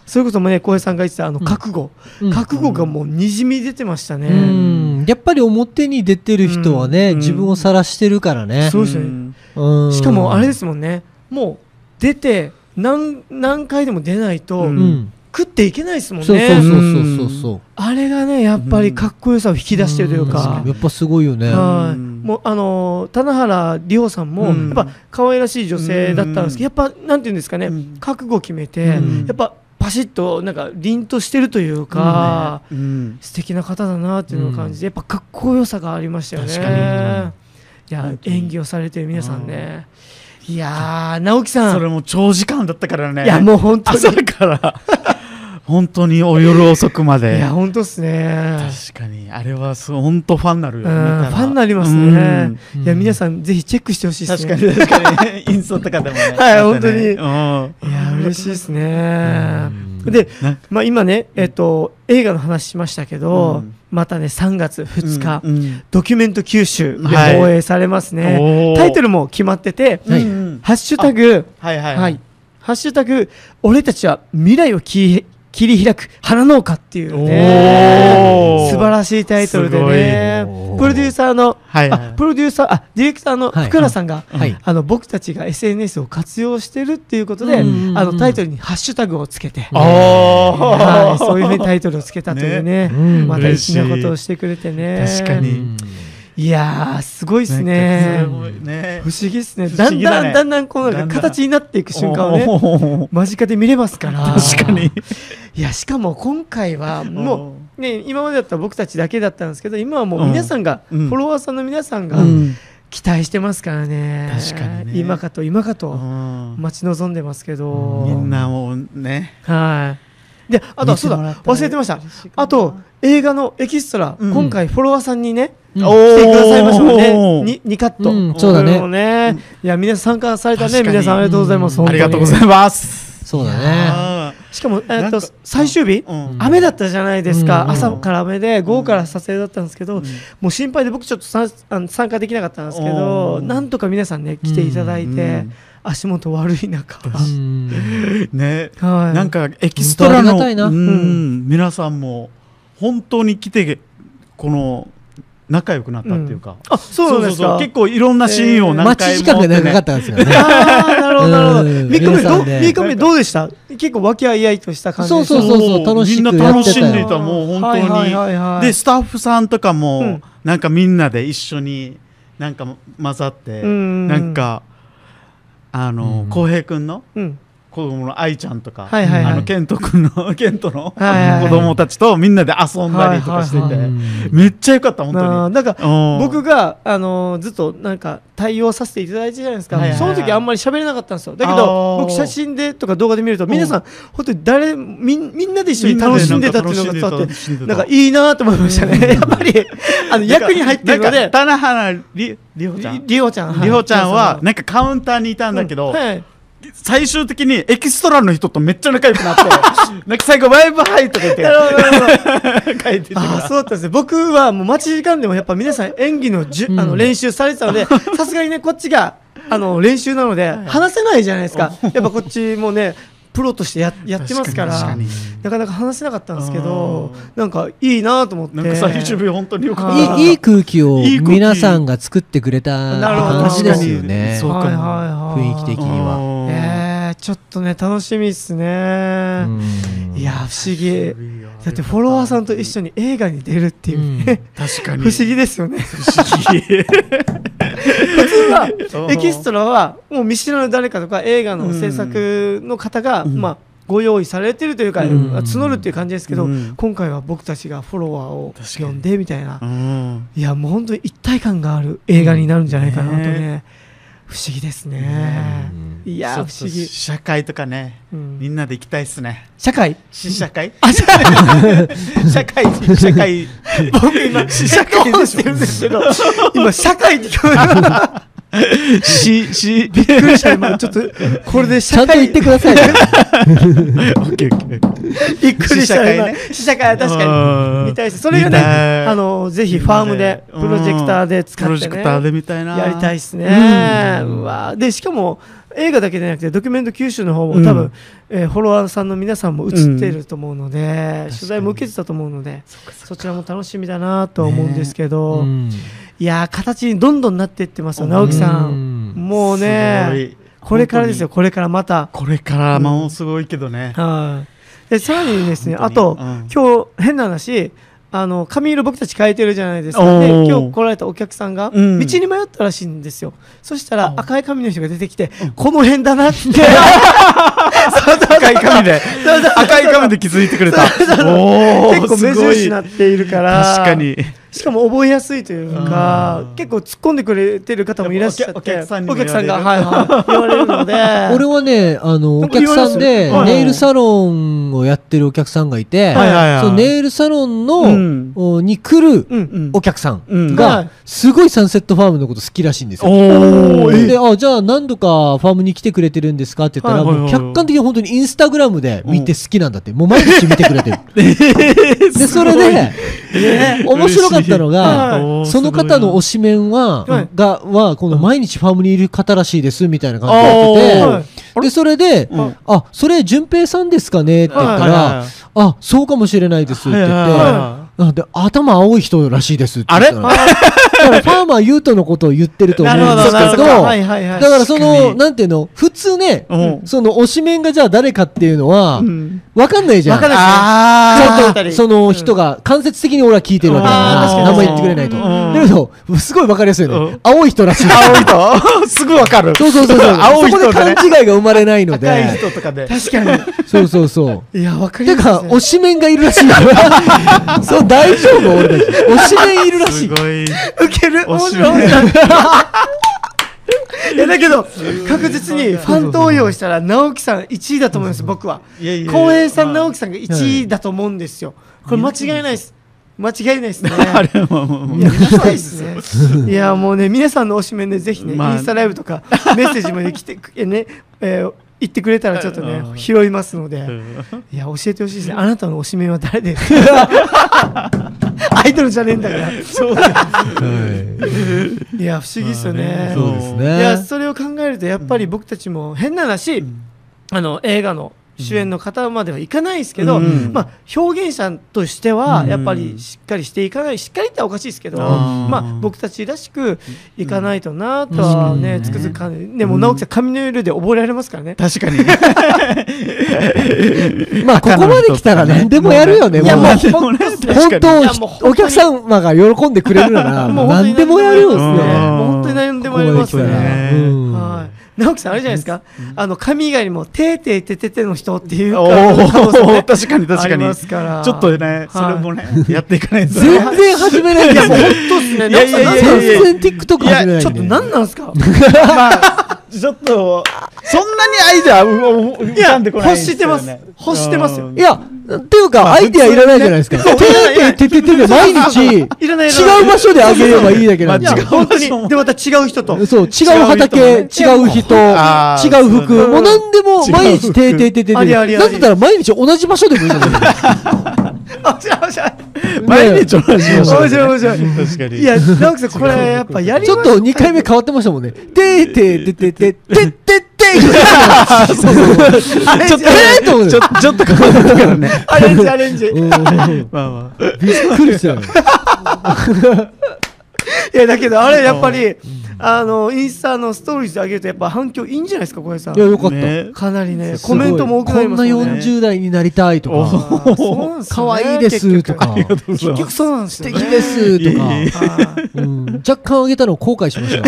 [SPEAKER 1] それこそもね浩平さんが言ってたあの覚悟、
[SPEAKER 2] うん
[SPEAKER 1] 覚悟がもうにじみ出てましたね、
[SPEAKER 2] うんやっぱり表に出てる人はね、
[SPEAKER 1] うん
[SPEAKER 2] 自分を晒してるからね
[SPEAKER 1] そうですよね
[SPEAKER 3] ん
[SPEAKER 2] うん
[SPEAKER 1] しかもあれですもんね、もう出て何何回でも出ないと、
[SPEAKER 3] う
[SPEAKER 2] うんん
[SPEAKER 1] 食っていけないですもん
[SPEAKER 2] そう
[SPEAKER 1] ね
[SPEAKER 2] そうそうそうそう
[SPEAKER 1] あれがねやっぱりかっこよさを引き出してるというか
[SPEAKER 2] ん。やっぱすごいよね
[SPEAKER 1] はい
[SPEAKER 3] うん
[SPEAKER 1] もうあのー棚原里穂さんも、
[SPEAKER 3] うん
[SPEAKER 1] やっぱ可愛らしい女性だったんですけど、やっぱなんていうんですかね、
[SPEAKER 3] うん
[SPEAKER 1] 覚悟決めて、
[SPEAKER 2] うん
[SPEAKER 1] やっぱパシッとなんか凛としてるというか、
[SPEAKER 3] うん
[SPEAKER 1] 素敵な方だなっていうのを感じて、やっぱかっこよさがありましたよね。
[SPEAKER 3] 確かに
[SPEAKER 1] いや
[SPEAKER 3] 本当に
[SPEAKER 1] 演技をされてる皆さんね、いやー直樹さん
[SPEAKER 3] それも長時間だったからね
[SPEAKER 1] いやもう本当に
[SPEAKER 3] 朝から本当にお夜遅くまで
[SPEAKER 1] いや本当っすね
[SPEAKER 3] 確かにあれはそう本当ファンになる
[SPEAKER 1] う
[SPEAKER 3] よ
[SPEAKER 1] んフ
[SPEAKER 3] ね見たら
[SPEAKER 1] ァンになりますねいや皆さんぜひチェックしてほしいです
[SPEAKER 3] 確か
[SPEAKER 1] ね
[SPEAKER 3] に確かにインスタとかでもね
[SPEAKER 1] はい
[SPEAKER 3] またね
[SPEAKER 1] いや嬉しいですね
[SPEAKER 2] うん
[SPEAKER 1] で
[SPEAKER 3] なんか
[SPEAKER 1] まあ今ねえっと映画の話しましたけ
[SPEAKER 3] う
[SPEAKER 1] ど
[SPEAKER 3] ん
[SPEAKER 1] またね3月2日
[SPEAKER 3] うんうん
[SPEAKER 1] ドキュメント九州で
[SPEAKER 3] はい
[SPEAKER 1] 放映されますね
[SPEAKER 3] おー
[SPEAKER 1] タイトルも決まってて
[SPEAKER 2] はい
[SPEAKER 3] うん
[SPEAKER 1] ハッシュタグ
[SPEAKER 3] はいはい
[SPEAKER 1] はいハッシュタグ俺たちは未来を切り切り開く花農家っていうね
[SPEAKER 3] おー
[SPEAKER 1] 素晴らしいタイトルですね
[SPEAKER 2] ごい
[SPEAKER 1] プロデューサーの
[SPEAKER 3] はいはい
[SPEAKER 1] あプロデューサーあディレクターの
[SPEAKER 2] はい
[SPEAKER 1] 福原さんが、
[SPEAKER 2] はい
[SPEAKER 1] あの僕たちが SNS を活用してるっていうことで、
[SPEAKER 2] うん
[SPEAKER 1] あのタイトルにハッシュタグをつけて、
[SPEAKER 2] あ
[SPEAKER 1] は
[SPEAKER 3] あ
[SPEAKER 1] い、そういうふうにタイトルをつけたというね
[SPEAKER 2] ね
[SPEAKER 1] また
[SPEAKER 3] 嬉しい
[SPEAKER 1] 粋なことをしてくれてね
[SPEAKER 3] 確かに
[SPEAKER 1] いやーすごい
[SPEAKER 3] で
[SPEAKER 1] ですね
[SPEAKER 3] ね
[SPEAKER 1] 不思議ですね
[SPEAKER 3] 不
[SPEAKER 1] だ
[SPEAKER 3] 思
[SPEAKER 1] ん
[SPEAKER 3] 議
[SPEAKER 1] だ
[SPEAKER 3] だ
[SPEAKER 1] ん
[SPEAKER 3] ね
[SPEAKER 1] だんだんこう
[SPEAKER 3] だ
[SPEAKER 1] なん
[SPEAKER 3] ん
[SPEAKER 1] か
[SPEAKER 3] だん
[SPEAKER 1] 形になっていく瞬間をね
[SPEAKER 3] ね
[SPEAKER 1] 間近で見れますから
[SPEAKER 3] 確かに
[SPEAKER 1] いやしかも今回はもう、ね、今までだったら僕たちだけだったんですけど今はもう皆さんが、
[SPEAKER 3] うん
[SPEAKER 1] フォロワーさんの皆さんが、
[SPEAKER 3] うん
[SPEAKER 1] 期待してますからね
[SPEAKER 3] 確かにね
[SPEAKER 1] 今かと今か
[SPEAKER 3] う
[SPEAKER 1] と
[SPEAKER 3] ん
[SPEAKER 1] 待ち望んでますけど、
[SPEAKER 3] みんなもうね
[SPEAKER 1] はいであとは
[SPEAKER 3] 見て
[SPEAKER 1] そう
[SPEAKER 3] も
[SPEAKER 1] だ
[SPEAKER 3] らったら
[SPEAKER 1] 忘れてました
[SPEAKER 3] 嬉しいかな
[SPEAKER 1] あと映画のエキストラ、
[SPEAKER 3] うん
[SPEAKER 1] 今回フォロワーさんにね
[SPEAKER 2] うん
[SPEAKER 1] 来てくださいましたもん
[SPEAKER 3] おー
[SPEAKER 1] ね 2, カット、
[SPEAKER 2] うんそうだね
[SPEAKER 1] これもいや皆さん参加されたね
[SPEAKER 3] 確かに
[SPEAKER 1] 皆さんありがとうございます、
[SPEAKER 2] う
[SPEAKER 1] 本
[SPEAKER 2] ん
[SPEAKER 3] あ
[SPEAKER 1] 当
[SPEAKER 3] り
[SPEAKER 1] に
[SPEAKER 3] がとうございます
[SPEAKER 2] そうだね
[SPEAKER 3] あ
[SPEAKER 1] しかも、え
[SPEAKER 3] な
[SPEAKER 1] っ
[SPEAKER 3] ん
[SPEAKER 1] と
[SPEAKER 3] か
[SPEAKER 1] 最終日、
[SPEAKER 3] ーうん
[SPEAKER 1] 雨だったじゃないですか、
[SPEAKER 2] うん
[SPEAKER 1] 朝から雨で午後から撮影だったんですけど、
[SPEAKER 3] ん
[SPEAKER 1] もう心配で僕ちょっとさあの参加できなかったんですけど
[SPEAKER 3] おー
[SPEAKER 1] なんとか皆さんね来ていただいて、
[SPEAKER 3] うん
[SPEAKER 1] 足元悪い中、
[SPEAKER 2] うん
[SPEAKER 3] ね
[SPEAKER 1] はい、
[SPEAKER 3] なんかエキストラ
[SPEAKER 2] 本
[SPEAKER 3] の
[SPEAKER 2] 当ありがた
[SPEAKER 3] う
[SPEAKER 2] いな
[SPEAKER 1] うん
[SPEAKER 3] 皆さんも本当に来てこの仲良くなったっていうか、
[SPEAKER 1] あ、そうなんですか。
[SPEAKER 3] 結構いろんなシーンを何
[SPEAKER 2] 待ち
[SPEAKER 3] 回も、
[SPEAKER 2] 時間が長かったんですよね。
[SPEAKER 1] ああ、なるほど、なるほど。
[SPEAKER 2] うん
[SPEAKER 1] 3日目、
[SPEAKER 2] 皆
[SPEAKER 1] ど
[SPEAKER 2] さ
[SPEAKER 1] うん
[SPEAKER 2] ね
[SPEAKER 1] 三日目どうでした結構、和気あいあいとした感じでした
[SPEAKER 2] そうそうそう楽しく
[SPEAKER 3] みんな楽しんでいたもう本当
[SPEAKER 1] はいは
[SPEAKER 3] に、
[SPEAKER 1] いはいはい
[SPEAKER 3] でスタッフさんとかも、
[SPEAKER 1] うん
[SPEAKER 3] なんかみんなで一緒になんか混ざって、
[SPEAKER 1] うん
[SPEAKER 3] なんかあ
[SPEAKER 2] う
[SPEAKER 3] の
[SPEAKER 2] ん
[SPEAKER 3] 浩、平君の
[SPEAKER 1] うん。
[SPEAKER 3] 子供の愛ちゃんとか、
[SPEAKER 1] はいはいはい
[SPEAKER 3] あの健人君の 健人の
[SPEAKER 1] はいはいはい
[SPEAKER 3] 子供たちとみんなで遊んだりとかしてて、
[SPEAKER 1] はいはい
[SPEAKER 2] うん
[SPEAKER 3] めっちゃ良かった本
[SPEAKER 1] なあ
[SPEAKER 3] 当に。
[SPEAKER 1] なんか、
[SPEAKER 3] うん
[SPEAKER 1] 僕が、あのーずっとなんか対応させていただいてたじゃないですか、
[SPEAKER 3] はいはいはい
[SPEAKER 1] その時あんまり喋れなかったんですよだけ
[SPEAKER 3] あ
[SPEAKER 1] ど
[SPEAKER 3] ー
[SPEAKER 1] 僕写真でとか動画で見ると皆さん本当に誰みんみんなで一緒
[SPEAKER 3] み
[SPEAKER 1] に
[SPEAKER 3] な
[SPEAKER 1] 楽しんでたっていうのが伝わって
[SPEAKER 3] 楽しんでた
[SPEAKER 1] なんかいいなと思いましたねやっぱりあの役に入ってるの
[SPEAKER 3] なん
[SPEAKER 1] で
[SPEAKER 3] か棚原りりほちゃん
[SPEAKER 1] りりおちゃんはい
[SPEAKER 3] りほちゃんは
[SPEAKER 1] り
[SPEAKER 3] なんかカウンターにい
[SPEAKER 1] お
[SPEAKER 3] た
[SPEAKER 1] ちゃ
[SPEAKER 3] んだけ
[SPEAKER 1] う
[SPEAKER 3] ど、
[SPEAKER 1] んはい
[SPEAKER 3] 最終的にエキストラの人とめっちゃ仲良 くなってなんか最後ワイブハイとか言って
[SPEAKER 1] なるほどなるほど
[SPEAKER 3] 書いてて
[SPEAKER 1] ああそうだったんですね僕はもう待ち時間でもやっぱ皆さん演技のじゅ、
[SPEAKER 2] うん
[SPEAKER 1] あの練習されてた のでさすがにねこっちがあの練習なので話せないじゃないですかやっぱこっちもねプロとしてややってますから
[SPEAKER 3] 確かに
[SPEAKER 1] なかなか話せなかったんですけどなんかいいなと思って
[SPEAKER 3] なんか最終日本当によかっ
[SPEAKER 1] あー
[SPEAKER 3] た
[SPEAKER 2] いいいい空気を
[SPEAKER 3] いい空気
[SPEAKER 2] 皆さんが作ってくれたって
[SPEAKER 1] なるほど
[SPEAKER 2] 感じですよね。
[SPEAKER 3] 確か
[SPEAKER 1] は
[SPEAKER 3] にそう
[SPEAKER 1] いはいはい
[SPEAKER 2] 雰囲気的には
[SPEAKER 3] うん
[SPEAKER 1] えーちょっとね楽しみですね、
[SPEAKER 2] うん
[SPEAKER 1] いや不思議
[SPEAKER 3] いや
[SPEAKER 1] だってフォロワーさんと一緒に映画に出るっていうう、
[SPEAKER 2] ん
[SPEAKER 3] 確か
[SPEAKER 1] 不
[SPEAKER 3] に
[SPEAKER 1] 思議ですよね 普通
[SPEAKER 3] う
[SPEAKER 1] は
[SPEAKER 3] ん
[SPEAKER 1] エキストラはもう見知らぬ誰かとか映画の制作の方が、
[SPEAKER 3] ん
[SPEAKER 1] まあ、ご用意されてるというか、
[SPEAKER 2] うん
[SPEAKER 1] 募るっていう感じですけど、
[SPEAKER 3] うん
[SPEAKER 1] 今回は僕たちがフォロワーを
[SPEAKER 3] 確かに
[SPEAKER 1] 呼んでみたいな、
[SPEAKER 3] うん
[SPEAKER 1] いやもう本当に一体感がある映画になるんじゃないかなとね、
[SPEAKER 3] うん
[SPEAKER 1] 不思議ですね、いや
[SPEAKER 3] ち
[SPEAKER 1] 不
[SPEAKER 3] ょっと
[SPEAKER 1] 思議、
[SPEAKER 3] 社会とかね
[SPEAKER 1] うん
[SPEAKER 3] みんなで行きたいっすね
[SPEAKER 1] 社会
[SPEAKER 3] 試写会社会社会
[SPEAKER 1] 僕今試写会をしてるんですけど今社会って聞こえた
[SPEAKER 3] ししびっ
[SPEAKER 1] びっくりした今ちょっとこれで
[SPEAKER 2] ちゃ
[SPEAKER 1] 社
[SPEAKER 2] んと
[SPEAKER 1] 会
[SPEAKER 2] 言ってくださいね。
[SPEAKER 1] びっくりし
[SPEAKER 3] 試写
[SPEAKER 1] た
[SPEAKER 3] 会
[SPEAKER 1] 今
[SPEAKER 3] ね
[SPEAKER 1] 試写会は確か
[SPEAKER 3] うん
[SPEAKER 1] に見たいですそれが
[SPEAKER 3] 見た
[SPEAKER 1] ね
[SPEAKER 3] い
[SPEAKER 1] あのぜひファームで
[SPEAKER 3] うん
[SPEAKER 1] プロジェクターで使
[SPEAKER 3] プロ
[SPEAKER 1] っ
[SPEAKER 3] ジ
[SPEAKER 1] て
[SPEAKER 3] ェクターで
[SPEAKER 1] ね
[SPEAKER 3] みたいな
[SPEAKER 1] やりたいですね
[SPEAKER 2] うん
[SPEAKER 1] うわでしかも映画だけじゃなくてドキュメント九州の方も多
[SPEAKER 3] う
[SPEAKER 1] 分
[SPEAKER 3] ん
[SPEAKER 1] えーフォロワーさんの皆さんも映っていると思うので取材も受けてたと思うのでそちらも楽しみだなとは思うんですけど
[SPEAKER 2] うん
[SPEAKER 1] いやー形にどんどんなっていってますよ直樹さ
[SPEAKER 2] うんん
[SPEAKER 1] もう
[SPEAKER 3] すご
[SPEAKER 1] ね
[SPEAKER 3] い
[SPEAKER 1] これからですよ
[SPEAKER 3] 本
[SPEAKER 1] これからまた
[SPEAKER 3] 当にこれからもうすごいけどね、
[SPEAKER 1] はい。で、さらにですね、あ
[SPEAKER 3] 本当
[SPEAKER 1] と、
[SPEAKER 3] にうん
[SPEAKER 1] 今日変な話、あの髪色僕たち変えてるじゃないですか。
[SPEAKER 3] お
[SPEAKER 1] で、
[SPEAKER 3] ー
[SPEAKER 1] 今日来られたお客さんが道
[SPEAKER 3] うん
[SPEAKER 1] に迷ったらしいんですよ。そしたら赤い髪の人が出てきて、この辺だなって。
[SPEAKER 3] 赤い髪で赤い髪で気づいてくれた おー
[SPEAKER 1] 結構目
[SPEAKER 3] すごい
[SPEAKER 1] 印になっているから。
[SPEAKER 3] 確かに
[SPEAKER 1] しかも覚えやすいというか、
[SPEAKER 3] うん
[SPEAKER 1] 結構突っ込んでくれてる方もいらっしゃって、
[SPEAKER 3] お客お客さんにも
[SPEAKER 1] お客さんが、
[SPEAKER 3] 言
[SPEAKER 1] は
[SPEAKER 3] わ
[SPEAKER 1] い
[SPEAKER 3] れる
[SPEAKER 1] はい、言われるの で。
[SPEAKER 2] 俺はね、あの、
[SPEAKER 1] な
[SPEAKER 2] お
[SPEAKER 1] んか
[SPEAKER 2] 客さんで
[SPEAKER 1] 言われますよはいはい
[SPEAKER 2] ネイルサロンをやってるお客さんがいて、
[SPEAKER 3] はいはいはい
[SPEAKER 2] そのネイルサロンの、
[SPEAKER 3] うん
[SPEAKER 2] おに来る
[SPEAKER 1] うんうん
[SPEAKER 2] お客さん
[SPEAKER 3] うん
[SPEAKER 1] は
[SPEAKER 2] が
[SPEAKER 1] い、
[SPEAKER 2] すごいサンセットファームのこと好きらしいんですよ。
[SPEAKER 3] おー
[SPEAKER 2] で、あ、じゃあ何度かファームに来てくれてるんですかって言ったら、
[SPEAKER 3] はい
[SPEAKER 2] もう
[SPEAKER 3] はいはい
[SPEAKER 2] 客観的に本当にインスタグラムで見て好きなんだって、もう毎日見てくれてる。 で、それで、面白か
[SPEAKER 1] 嬉しい
[SPEAKER 2] ったのが
[SPEAKER 3] は、い
[SPEAKER 2] その方の推しメンは
[SPEAKER 1] はい、
[SPEAKER 2] が、は、この毎日ファームにいる方らしいです、みたいな感じで
[SPEAKER 3] お
[SPEAKER 2] や
[SPEAKER 1] ー
[SPEAKER 2] ってて、で、それで
[SPEAKER 3] うん、
[SPEAKER 2] あ、それ、淳平さんですかねって言った
[SPEAKER 3] はいはいは
[SPEAKER 2] ら
[SPEAKER 3] い、
[SPEAKER 2] あ、そうかもしれないですって言って、
[SPEAKER 3] はいはいは
[SPEAKER 2] あで頭青い人らしいですって言ったの
[SPEAKER 3] あ
[SPEAKER 2] だからファーマーユートのことを言ってると思
[SPEAKER 1] な
[SPEAKER 2] うん
[SPEAKER 1] るほど、
[SPEAKER 2] です
[SPEAKER 1] なる
[SPEAKER 2] け
[SPEAKER 1] ほど。
[SPEAKER 2] ど、
[SPEAKER 1] はいはいはい。
[SPEAKER 2] だからそ
[SPEAKER 3] 確か
[SPEAKER 2] の、
[SPEAKER 3] に
[SPEAKER 2] なんていうの、普通ね、
[SPEAKER 3] うん
[SPEAKER 2] その推しメンがじゃあ誰かっていうのは、
[SPEAKER 1] ん
[SPEAKER 2] わかんないじゃん。
[SPEAKER 1] わかんない
[SPEAKER 2] ちょ
[SPEAKER 1] あ
[SPEAKER 2] っ
[SPEAKER 1] ー
[SPEAKER 2] とその人が間接的に俺は聞いてるわけだ
[SPEAKER 1] あー確
[SPEAKER 2] か、
[SPEAKER 1] からに
[SPEAKER 2] 名前言ってくれないと。
[SPEAKER 3] うん
[SPEAKER 2] だけど、すごいわかりやすいよ
[SPEAKER 3] う
[SPEAKER 2] ね
[SPEAKER 3] ん。
[SPEAKER 2] 青い人らしい。
[SPEAKER 3] 青いとすぐわかる
[SPEAKER 2] そうそうそうそう。
[SPEAKER 3] 青い人
[SPEAKER 2] そこ
[SPEAKER 3] でね
[SPEAKER 2] で勘違いが生まれないの
[SPEAKER 3] 赤い
[SPEAKER 2] で。
[SPEAKER 3] 人とかで
[SPEAKER 1] 確かに。
[SPEAKER 2] そうそうそ
[SPEAKER 1] いや、わか
[SPEAKER 2] う。
[SPEAKER 1] りま
[SPEAKER 2] て
[SPEAKER 1] す、ね。
[SPEAKER 2] か、推しメンがいるらしいよ。そう、大丈夫俺たち。推しメンいるらし
[SPEAKER 3] す
[SPEAKER 2] い
[SPEAKER 3] ご。い
[SPEAKER 1] 受ける
[SPEAKER 3] 推し
[SPEAKER 1] 面
[SPEAKER 3] メン
[SPEAKER 1] 白 いいやだけど確実にファン投票したら直樹さん1位だと思います僕はい
[SPEAKER 3] やいやいや
[SPEAKER 1] 浩平さん
[SPEAKER 3] まあ
[SPEAKER 1] 直樹さんが1位だと思うんですよこれ間違いないです間違いないですね
[SPEAKER 3] あれももうもう
[SPEAKER 1] いや見たいですねいやもうね皆さんの推しメンでぜひね、
[SPEAKER 3] まあ
[SPEAKER 1] インスタライブとかメッセージまで来てくえね、えー言ってくれたらちょっとね
[SPEAKER 3] うん
[SPEAKER 1] 拾いますので、
[SPEAKER 3] ん
[SPEAKER 1] いや教えてほしいですねあなたの推しメンは誰ですかアイドルじゃねえんだからいや不思議ですよね。
[SPEAKER 2] そうですね。
[SPEAKER 1] いやそれを考えるとやっぱり僕たちも変な話、あの映画の主演の方まではいかないですけど、
[SPEAKER 3] うん
[SPEAKER 1] まあ、表現者としては
[SPEAKER 3] うん
[SPEAKER 1] やっぱりしっかりしていかないしっかりっておかしいですけど、
[SPEAKER 3] あー
[SPEAKER 1] まあ、僕たちらしくいかないとなとはね、
[SPEAKER 3] うん
[SPEAKER 1] つくづく感じでも直樹さん髪の色で覚えられますからね。
[SPEAKER 3] 確 かに。
[SPEAKER 2] まあ、ここまで来たら何でもやるよね、
[SPEAKER 1] いや
[SPEAKER 2] もう
[SPEAKER 1] もう
[SPEAKER 3] もうね確
[SPEAKER 2] 本
[SPEAKER 3] か
[SPEAKER 1] いやもう本当
[SPEAKER 2] 当、
[SPEAKER 1] に
[SPEAKER 2] お客様が喜んでくれるなら、
[SPEAKER 1] もう
[SPEAKER 2] 何でもやるよっす
[SPEAKER 1] も
[SPEAKER 3] う
[SPEAKER 2] ね。
[SPEAKER 1] う本当に何でもやります
[SPEAKER 2] ここまで来た
[SPEAKER 1] ね。
[SPEAKER 2] らうん
[SPEAKER 1] はい、直樹さんあれじゃないですか、あの髪以外にも「てーてーててて」の人っていう
[SPEAKER 3] に。
[SPEAKER 1] か
[SPEAKER 3] お
[SPEAKER 1] 可能性も
[SPEAKER 3] お
[SPEAKER 1] ね
[SPEAKER 3] 確かに確
[SPEAKER 1] あ
[SPEAKER 3] か
[SPEAKER 1] りま
[SPEAKER 3] に。
[SPEAKER 1] す
[SPEAKER 3] ち
[SPEAKER 1] から
[SPEAKER 3] ょっとね、それもね、やっていかないと。
[SPEAKER 2] 全然始めないん
[SPEAKER 1] い
[SPEAKER 2] で
[SPEAKER 1] や
[SPEAKER 2] す
[SPEAKER 1] もう
[SPEAKER 2] よ
[SPEAKER 1] 本。当っすね
[SPEAKER 3] いやいやいやいや
[SPEAKER 1] 直樹さん
[SPEAKER 2] 全然 TikTok 始めない
[SPEAKER 1] ちょ
[SPEAKER 2] ん
[SPEAKER 1] っと
[SPEAKER 2] で。
[SPEAKER 1] 何なんですか
[SPEAKER 3] まあ、ちょっと、そんなにアイデアううう浮かんでこないんですよ
[SPEAKER 1] いや欲
[SPEAKER 3] ね。
[SPEAKER 1] してます欲してますよ
[SPEAKER 2] いや、っていうか、アイデアいらないじゃないですか。て
[SPEAKER 1] そう
[SPEAKER 2] ーてーてててで毎日、違
[SPEAKER 1] いらないいらないう
[SPEAKER 2] 場所であげればいいだけなん
[SPEAKER 1] い
[SPEAKER 2] で
[SPEAKER 1] や
[SPEAKER 2] すよ。
[SPEAKER 1] 本当にでまた違う人 と
[SPEAKER 2] そう、違う畑、違
[SPEAKER 1] 違う人もね
[SPEAKER 2] う人、
[SPEAKER 3] あー
[SPEAKER 2] 違う服、
[SPEAKER 3] そう
[SPEAKER 1] ね
[SPEAKER 2] もう何でも毎日定定定定
[SPEAKER 1] ありあ
[SPEAKER 2] で。
[SPEAKER 1] りあ
[SPEAKER 2] な
[SPEAKER 1] り
[SPEAKER 2] んだったら毎日同じ場所でもいいの に。
[SPEAKER 1] あ違う違
[SPEAKER 3] 毎日同じ場
[SPEAKER 1] う
[SPEAKER 3] 所
[SPEAKER 1] 面
[SPEAKER 3] でね
[SPEAKER 1] 白い面白い
[SPEAKER 3] 確かに。
[SPEAKER 1] いや直樹さんこれ やっぱやり
[SPEAKER 2] ちょっと2回目変わってましたもんね。てーてーてーてーてーてーてーてーそうそう そう
[SPEAKER 1] あれ
[SPEAKER 2] ちょっと、えーと思って
[SPEAKER 3] ちょちょっと変わったからね。
[SPEAKER 1] アレンジアレンジい
[SPEAKER 2] うん
[SPEAKER 3] まあまあ。
[SPEAKER 2] びっくりしたよ。
[SPEAKER 1] やだけどあれやっぱりあのインスタのストーリーズ上げるとやっぱ反響いいんじゃないですか小林さん
[SPEAKER 2] いや、よかった。
[SPEAKER 3] ね
[SPEAKER 1] かなりね
[SPEAKER 2] すご
[SPEAKER 1] コ
[SPEAKER 2] い
[SPEAKER 1] メントも多くなりますよ
[SPEAKER 2] こんな
[SPEAKER 1] ね
[SPEAKER 2] 40代になりたいと
[SPEAKER 3] お
[SPEAKER 2] か、
[SPEAKER 1] あーそうなんすね
[SPEAKER 2] 可愛いですとか
[SPEAKER 1] 結、局
[SPEAKER 3] そうそう
[SPEAKER 1] 結局そうなんです
[SPEAKER 2] 素
[SPEAKER 1] よね
[SPEAKER 2] 敵ですと
[SPEAKER 3] いえいえ
[SPEAKER 2] か、
[SPEAKER 1] あー
[SPEAKER 2] うん若干あげたのを後悔しましたよ。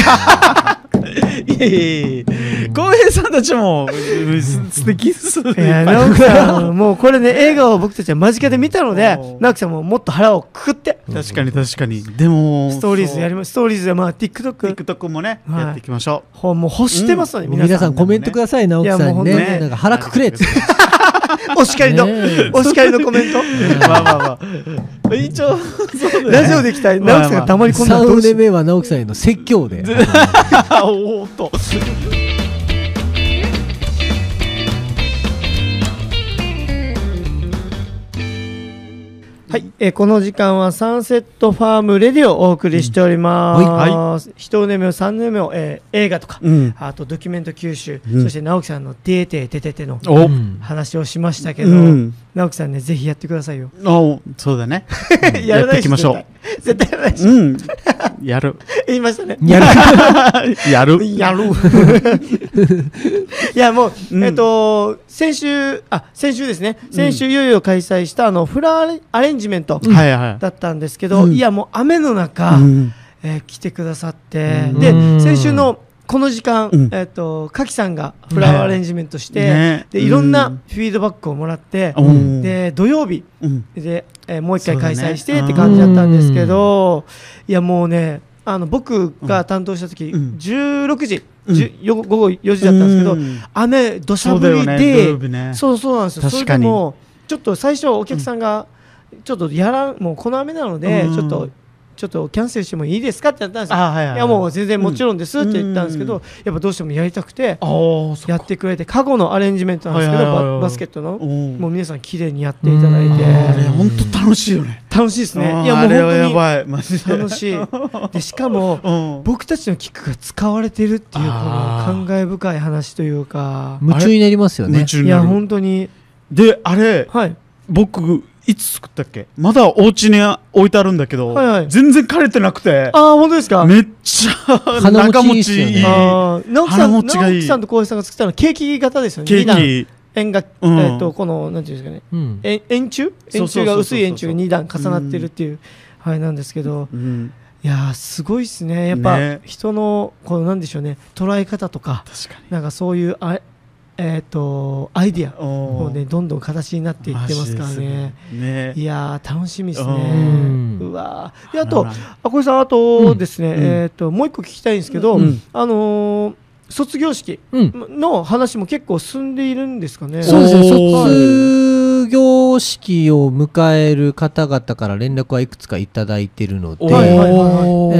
[SPEAKER 3] いやいやいや浩平さんたちもうんす素敵っすね。
[SPEAKER 1] いや直樹さんもうこれね映画を僕たちは間近で見たので
[SPEAKER 3] おー
[SPEAKER 1] 直樹さんももっと腹をくくって
[SPEAKER 3] 確かに確かに。でも、
[SPEAKER 1] ストーリーズやりまストーリーズでまあ TikTok
[SPEAKER 3] TikTok もね、
[SPEAKER 1] はい
[SPEAKER 3] やっていきましょ
[SPEAKER 1] ほもう欲してますので、
[SPEAKER 2] もう
[SPEAKER 1] 皆
[SPEAKER 2] 皆
[SPEAKER 1] さ
[SPEAKER 2] さ
[SPEAKER 1] ん
[SPEAKER 2] んコメントください、直樹さんに
[SPEAKER 1] いやもう本当
[SPEAKER 2] ね。
[SPEAKER 1] ね
[SPEAKER 2] なんか腹くくれっつって。
[SPEAKER 1] お叱りの、
[SPEAKER 2] ねえ
[SPEAKER 1] お叱りのコメント
[SPEAKER 3] う。 まあまあまあ。一応、 そう
[SPEAKER 1] ラ
[SPEAKER 3] だね。
[SPEAKER 1] ジオで行きたい
[SPEAKER 3] まあま
[SPEAKER 1] 直樹さ
[SPEAKER 3] あ
[SPEAKER 1] んがたまにこんなのど
[SPEAKER 2] 3
[SPEAKER 1] うし
[SPEAKER 2] 年目は直樹さんへの説教 で。
[SPEAKER 3] おーっと。
[SPEAKER 1] はい、えーこの時間はサンセットファームレディオをお送りしております。
[SPEAKER 2] うんはい
[SPEAKER 1] 一年目を三年目を、えー映画とか、
[SPEAKER 3] うん
[SPEAKER 1] あとドキュメント九州、
[SPEAKER 3] うん
[SPEAKER 1] そして直樹さんのデーテーテテテの
[SPEAKER 3] お
[SPEAKER 2] うん
[SPEAKER 1] 話をしましたけど、
[SPEAKER 3] うん
[SPEAKER 1] 直樹さんねぜひやってくださいよ。
[SPEAKER 3] おそうだ ね。やっていきましょう。
[SPEAKER 1] 絶対絶対やらないし。
[SPEAKER 3] うん。やる。
[SPEAKER 1] 言いましたね。
[SPEAKER 2] やる。
[SPEAKER 3] やる。
[SPEAKER 1] や ろう。いやもう、
[SPEAKER 3] うん
[SPEAKER 1] えっと先週あ先週ですね先週いよいよ開催したあのフラアレンジメント
[SPEAKER 3] はいは
[SPEAKER 1] だったんですけど、
[SPEAKER 2] うん
[SPEAKER 1] いやもう雨の中、
[SPEAKER 3] い。うん
[SPEAKER 1] えー来てくださって、
[SPEAKER 2] うん
[SPEAKER 1] で
[SPEAKER 2] うん
[SPEAKER 1] 先週のこの時間、
[SPEAKER 3] うん
[SPEAKER 1] えっとかきさんがフラワーアレンジメントして、
[SPEAKER 3] ね
[SPEAKER 1] で
[SPEAKER 3] うん
[SPEAKER 1] いろんなフィードバックをもらって、
[SPEAKER 3] うん
[SPEAKER 1] で土曜日
[SPEAKER 3] うん
[SPEAKER 1] で、えーもう一回
[SPEAKER 3] そうだ
[SPEAKER 1] 開
[SPEAKER 3] ね
[SPEAKER 1] 催してって感じだったんですけど、いやもうねあの僕が担当した時、
[SPEAKER 3] うん
[SPEAKER 1] 16時、
[SPEAKER 3] うん
[SPEAKER 1] じゅよ午後4時だったんですけど、
[SPEAKER 3] うん
[SPEAKER 1] 雨土砂
[SPEAKER 3] そう
[SPEAKER 1] 降
[SPEAKER 3] だよ
[SPEAKER 1] り
[SPEAKER 3] ね。土
[SPEAKER 1] で
[SPEAKER 3] 曜日ね
[SPEAKER 1] そうそうなんですよ。
[SPEAKER 3] 確かに
[SPEAKER 1] それでもちょっと最初お客さんがちょっとやらんもうこの雨なので、
[SPEAKER 3] うん
[SPEAKER 1] ちょっとちょっとキャンセルしてもいいですかってやったんですよ。
[SPEAKER 3] あはいはい
[SPEAKER 1] いやもう全然もちろんですって言ったんですけど、
[SPEAKER 3] うん
[SPEAKER 1] やっぱどうしてもやりたくて
[SPEAKER 3] ああ、そ
[SPEAKER 1] やってくれて過去のアレンジメントなんですけ
[SPEAKER 3] は
[SPEAKER 1] ど
[SPEAKER 3] いはいはいはい
[SPEAKER 1] ババスケットの
[SPEAKER 3] おー
[SPEAKER 1] もう皆さん綺麗にやっていただい
[SPEAKER 2] うん
[SPEAKER 3] あれ
[SPEAKER 1] て
[SPEAKER 3] 本当楽しいよね。
[SPEAKER 1] 楽しいですね
[SPEAKER 3] うん
[SPEAKER 1] いやも
[SPEAKER 3] あ
[SPEAKER 1] う
[SPEAKER 3] れはや
[SPEAKER 1] 本
[SPEAKER 3] ばい。マジ
[SPEAKER 1] 当
[SPEAKER 3] で。
[SPEAKER 1] に楽しい でしかも
[SPEAKER 3] うん。
[SPEAKER 1] 僕たちのキックが使われてるっていうこの
[SPEAKER 3] あー
[SPEAKER 1] 感慨深い話というか
[SPEAKER 2] 夢中になりますよね
[SPEAKER 3] 夢。中
[SPEAKER 1] い
[SPEAKER 3] に
[SPEAKER 1] や
[SPEAKER 3] なる。
[SPEAKER 1] 本当に
[SPEAKER 3] で、あれ、
[SPEAKER 1] はい
[SPEAKER 3] 僕、いつ作ったっけまだお家に置いてあるんだけど
[SPEAKER 1] はいはい、
[SPEAKER 3] 全然枯れてなくて
[SPEAKER 1] あ、あ本当ですか
[SPEAKER 3] めっちゃ
[SPEAKER 2] 花
[SPEAKER 3] 長
[SPEAKER 2] 持
[SPEAKER 3] 持
[SPEAKER 2] ちい
[SPEAKER 3] ち
[SPEAKER 2] いっすよね
[SPEAKER 3] いい。
[SPEAKER 1] あー直樹さ
[SPEAKER 3] 腹
[SPEAKER 1] ん
[SPEAKER 3] 持ちがいい
[SPEAKER 1] 直樹さんと浩平さんが作ったのはケーキ型ですよね。
[SPEAKER 3] ケ
[SPEAKER 1] 二段
[SPEAKER 3] ーキ。
[SPEAKER 1] 円が、
[SPEAKER 3] うん
[SPEAKER 1] えっとこのなんていうんですかね。
[SPEAKER 2] うん
[SPEAKER 1] 円円柱
[SPEAKER 3] そ
[SPEAKER 1] 円
[SPEAKER 3] うそうそうそう
[SPEAKER 1] 柱が薄い円柱が二段重なってるっていう。はいなんですけど、
[SPEAKER 3] うん
[SPEAKER 1] いやーすごいですね。やっぱ、
[SPEAKER 3] ね
[SPEAKER 1] 人のこうなんでしょうね捉え方とか
[SPEAKER 3] 確かに。
[SPEAKER 1] なんかそういうあえっ、とアイディア
[SPEAKER 3] お
[SPEAKER 1] も
[SPEAKER 3] ー
[SPEAKER 1] ねどんどん形になっていってますからね。。
[SPEAKER 3] マジですね
[SPEAKER 1] いやー楽しみですね
[SPEAKER 3] うん。
[SPEAKER 1] うわーであと
[SPEAKER 3] あら
[SPEAKER 1] あこれさんあとですね、
[SPEAKER 3] うん
[SPEAKER 1] えっ、ともう一個聞きたいんですけど、
[SPEAKER 3] うん
[SPEAKER 1] あのー卒業式
[SPEAKER 2] うん。
[SPEAKER 1] の話も結構進んでいるんですかね。
[SPEAKER 2] そうですね。
[SPEAKER 3] おー
[SPEAKER 2] 卒業式を迎える方々から連絡はいくつかいただいてるので、
[SPEAKER 1] はいは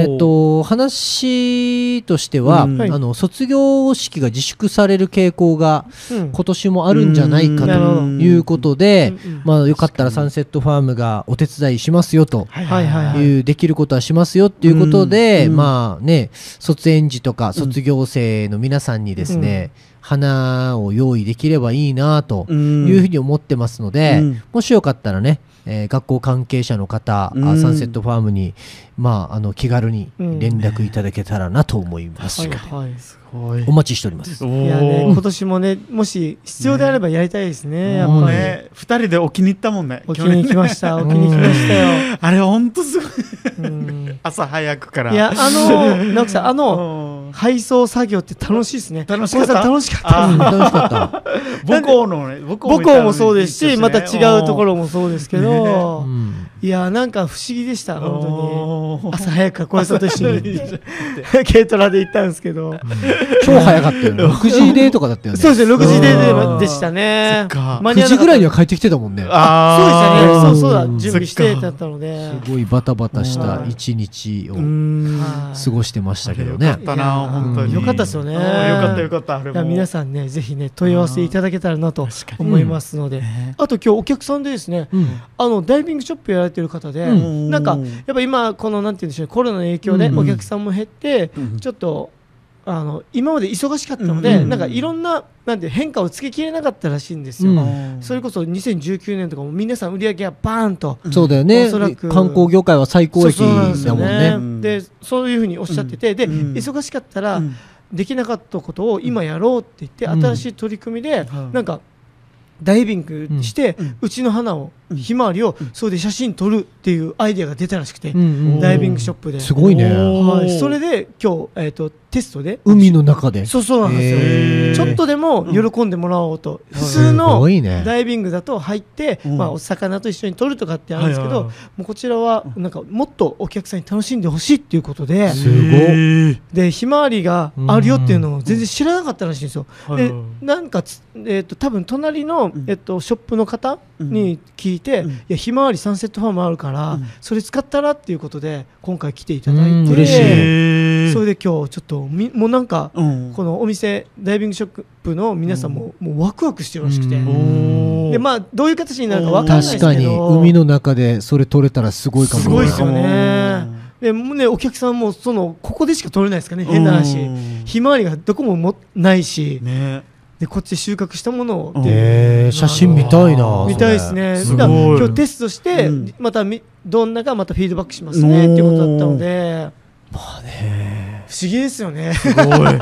[SPEAKER 1] い
[SPEAKER 2] えっ、、と、話としては、
[SPEAKER 3] うん
[SPEAKER 1] はい
[SPEAKER 2] あの、卒業式が自粛される傾向が
[SPEAKER 1] うん
[SPEAKER 2] 今年もあるんじゃないか
[SPEAKER 1] なるほど
[SPEAKER 2] ということで、
[SPEAKER 1] うんうん
[SPEAKER 2] まあ、よかったらサンセットファームがお手伝いしますよと。
[SPEAKER 3] はい
[SPEAKER 1] はいはい
[SPEAKER 2] いうできることはしますよっていうことで、
[SPEAKER 3] うん
[SPEAKER 2] まあね卒園児とか卒業生の皆さんにですね、花を用意できればいいなと
[SPEAKER 3] うん
[SPEAKER 2] いうふうに思ってますので、
[SPEAKER 3] うん
[SPEAKER 2] もしよかったらね、えー学校関係者の方、あ
[SPEAKER 3] うん
[SPEAKER 2] サンセットファームに、まあ、あの気軽に
[SPEAKER 1] うん
[SPEAKER 2] 連絡いただけたらなと思います、
[SPEAKER 1] はい
[SPEAKER 3] すごい
[SPEAKER 2] お待ちしております
[SPEAKER 3] お
[SPEAKER 1] いやね、
[SPEAKER 3] お
[SPEAKER 1] 今年もね、もし必要であればやりたいですね、やっ
[SPEAKER 2] うん
[SPEAKER 1] ぱり。
[SPEAKER 3] ね二人で置きに行ったもんね
[SPEAKER 1] お気に行きました、お気に行きましたよ。
[SPEAKER 3] あれほんとすごい
[SPEAKER 1] うん
[SPEAKER 3] 朝早くから
[SPEAKER 1] いや、あの、直樹さん、あの、
[SPEAKER 3] うん
[SPEAKER 1] 配送作業って楽しいですね。
[SPEAKER 3] 楽しかった
[SPEAKER 1] これさ楽しかった。
[SPEAKER 2] うん
[SPEAKER 3] あ
[SPEAKER 2] 楽しかっ
[SPEAKER 3] 母校のね母
[SPEAKER 1] 母校もそうですし、また違うところもそうですけ
[SPEAKER 2] た、
[SPEAKER 1] ど
[SPEAKER 2] う、ん
[SPEAKER 1] いや、なんか不思議でした、本当に。
[SPEAKER 3] 朝
[SPEAKER 1] 朝早くからこいつと一緒に 軽トラで行ったんですけど。
[SPEAKER 2] 超早かったよね6時でとかだったよね
[SPEAKER 1] そうですね、6時
[SPEAKER 3] うん
[SPEAKER 1] ででしたね。
[SPEAKER 3] そっか
[SPEAKER 1] 間に合
[SPEAKER 2] 9
[SPEAKER 1] わな
[SPEAKER 2] 時
[SPEAKER 1] かっ
[SPEAKER 2] ぐ
[SPEAKER 1] た
[SPEAKER 2] らいには帰ってきてたもんね
[SPEAKER 1] そうでしたね。そうそうだ
[SPEAKER 2] う、ん
[SPEAKER 1] 準備してだったので。
[SPEAKER 2] すごいバタバタした
[SPEAKER 1] うん
[SPEAKER 2] 一日を
[SPEAKER 1] はい
[SPEAKER 2] 過ごしてましたけど
[SPEAKER 3] よ
[SPEAKER 2] ね
[SPEAKER 3] かっ。たな本当に
[SPEAKER 1] よかったですよね。
[SPEAKER 3] よかったよかったあれ
[SPEAKER 1] いや
[SPEAKER 3] も
[SPEAKER 1] 皆さんね、ぜひね、問い合わせいただけたらなと
[SPEAKER 3] 確か
[SPEAKER 1] 思いますので、あと今日お客さんでですね、
[SPEAKER 2] うん
[SPEAKER 1] あのダイビングショップやられてる方で、
[SPEAKER 2] うん
[SPEAKER 1] なんかやっぱ今、このなんていうんでしょうね、コロナの影響で
[SPEAKER 2] うん
[SPEAKER 1] お客さんも減って、
[SPEAKER 3] うん
[SPEAKER 1] ちょっとあの今まで忙しかったので、
[SPEAKER 3] うん
[SPEAKER 1] なんかいろんななんて変化をつけきれなかったらしいんですよ。
[SPEAKER 2] うん
[SPEAKER 1] それこそ2019年とかも皆さん売り上げがバーンと
[SPEAKER 2] そうだよね
[SPEAKER 1] おそらく
[SPEAKER 2] 観光業界は最高益
[SPEAKER 1] そうそうなんです
[SPEAKER 2] だ
[SPEAKER 1] よ
[SPEAKER 2] もん
[SPEAKER 1] ね
[SPEAKER 2] ね。
[SPEAKER 1] でそういうふうにおっしゃってて、で、
[SPEAKER 3] うん
[SPEAKER 1] 忙しかったら、
[SPEAKER 3] うん
[SPEAKER 1] できなかったことを今やろうって言って、
[SPEAKER 2] うん
[SPEAKER 1] 新しい取り組みで、
[SPEAKER 3] うん
[SPEAKER 1] なんかダイビングして、う
[SPEAKER 3] うん
[SPEAKER 1] ちの花を、
[SPEAKER 3] うん
[SPEAKER 1] ひまわりを、それで写真撮るっていうアイデアが出たらしくて、
[SPEAKER 2] うんうん
[SPEAKER 1] ダイビングショップです
[SPEAKER 2] ごいね
[SPEAKER 3] おー
[SPEAKER 1] はい、それで今日、えー、とテストで
[SPEAKER 2] 海の中で
[SPEAKER 1] そうそうなん
[SPEAKER 2] へ
[SPEAKER 1] で
[SPEAKER 2] ー
[SPEAKER 1] すよちょっとでも喜んでもらおうと、普
[SPEAKER 2] す
[SPEAKER 1] 通の
[SPEAKER 2] ごいね
[SPEAKER 1] ダイビングだと入って、
[SPEAKER 3] うん
[SPEAKER 1] まあ、お魚と一緒に撮るとかってあるんですけど、
[SPEAKER 3] はいはい
[SPEAKER 1] も
[SPEAKER 3] は
[SPEAKER 1] うこちらはなんかもっとお客さんに楽しんでほしいっていうことで。
[SPEAKER 2] すごい
[SPEAKER 3] えー
[SPEAKER 1] でひまわりがあるよっていうのを全然知らなかったらしいんですよ。
[SPEAKER 3] うんはい
[SPEAKER 1] で
[SPEAKER 3] は
[SPEAKER 1] なんかつ、えー、と多分隣の
[SPEAKER 3] ん、
[SPEAKER 1] えっとショップの方に聞いて、
[SPEAKER 3] うん
[SPEAKER 1] いやひまわりサンセットファームあるから、
[SPEAKER 3] うん
[SPEAKER 1] それ使ったらっていうことで今回来ていただいて、
[SPEAKER 2] うん嬉しいね
[SPEAKER 3] えー
[SPEAKER 1] それで今日ちょっとみもうなんか、
[SPEAKER 3] うん
[SPEAKER 1] このお店ダイビングショップの皆さんも,、もうワクワクしてるらしくて、
[SPEAKER 2] うん
[SPEAKER 3] おー
[SPEAKER 1] でまあどういう形になるかわからないです
[SPEAKER 2] 確
[SPEAKER 1] けど
[SPEAKER 2] かに海の中でそれ取れたらすごいかも
[SPEAKER 1] すごいっすよ
[SPEAKER 3] う
[SPEAKER 1] ね
[SPEAKER 3] ん。
[SPEAKER 1] でもうねお客さんもそのここでしか取れないですかね変な話
[SPEAKER 3] うん。
[SPEAKER 1] ひまわりがどこももないし、
[SPEAKER 3] ね
[SPEAKER 1] でこっちで収穫したものを
[SPEAKER 3] うん
[SPEAKER 2] えー写真見たいな
[SPEAKER 1] 見たいですね。
[SPEAKER 3] すごい
[SPEAKER 1] だから今日テストして、
[SPEAKER 3] うん
[SPEAKER 1] またみどんなかまたフィードバックしますねっていうことだったので、まあね不思議ですよね。
[SPEAKER 3] すごい確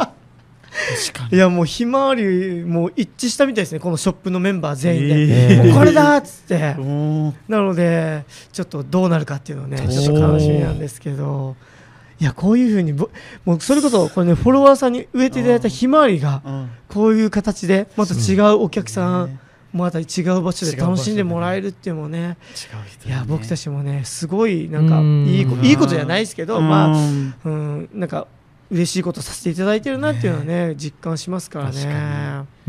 [SPEAKER 3] か
[SPEAKER 1] いやもうひまわりもう一致したみたいですねこのショップのメンバー全員で。
[SPEAKER 2] えー
[SPEAKER 1] もうこれだっつって
[SPEAKER 3] おー
[SPEAKER 1] なのでちょっとどうなるかっていうのをね
[SPEAKER 2] 確か
[SPEAKER 1] ち
[SPEAKER 2] に
[SPEAKER 1] ょっと楽しみなんですけどいやこういうふうにぼもうそれこそこれねフォロワーさんに植えていただいたひまわりが
[SPEAKER 3] うん
[SPEAKER 1] こういう形でまた違うお客さんまた違う場所で楽しんでもらえるっていうのもね
[SPEAKER 3] 違う人
[SPEAKER 1] いや僕たちもねすごいなんか
[SPEAKER 2] うん
[SPEAKER 1] いいこいいことじゃないですけど
[SPEAKER 3] う
[SPEAKER 1] まあ
[SPEAKER 3] ん
[SPEAKER 1] うんなんか嬉しいことさせていただいてるなっていうのはね実感しますから
[SPEAKER 3] 確か
[SPEAKER 1] ね。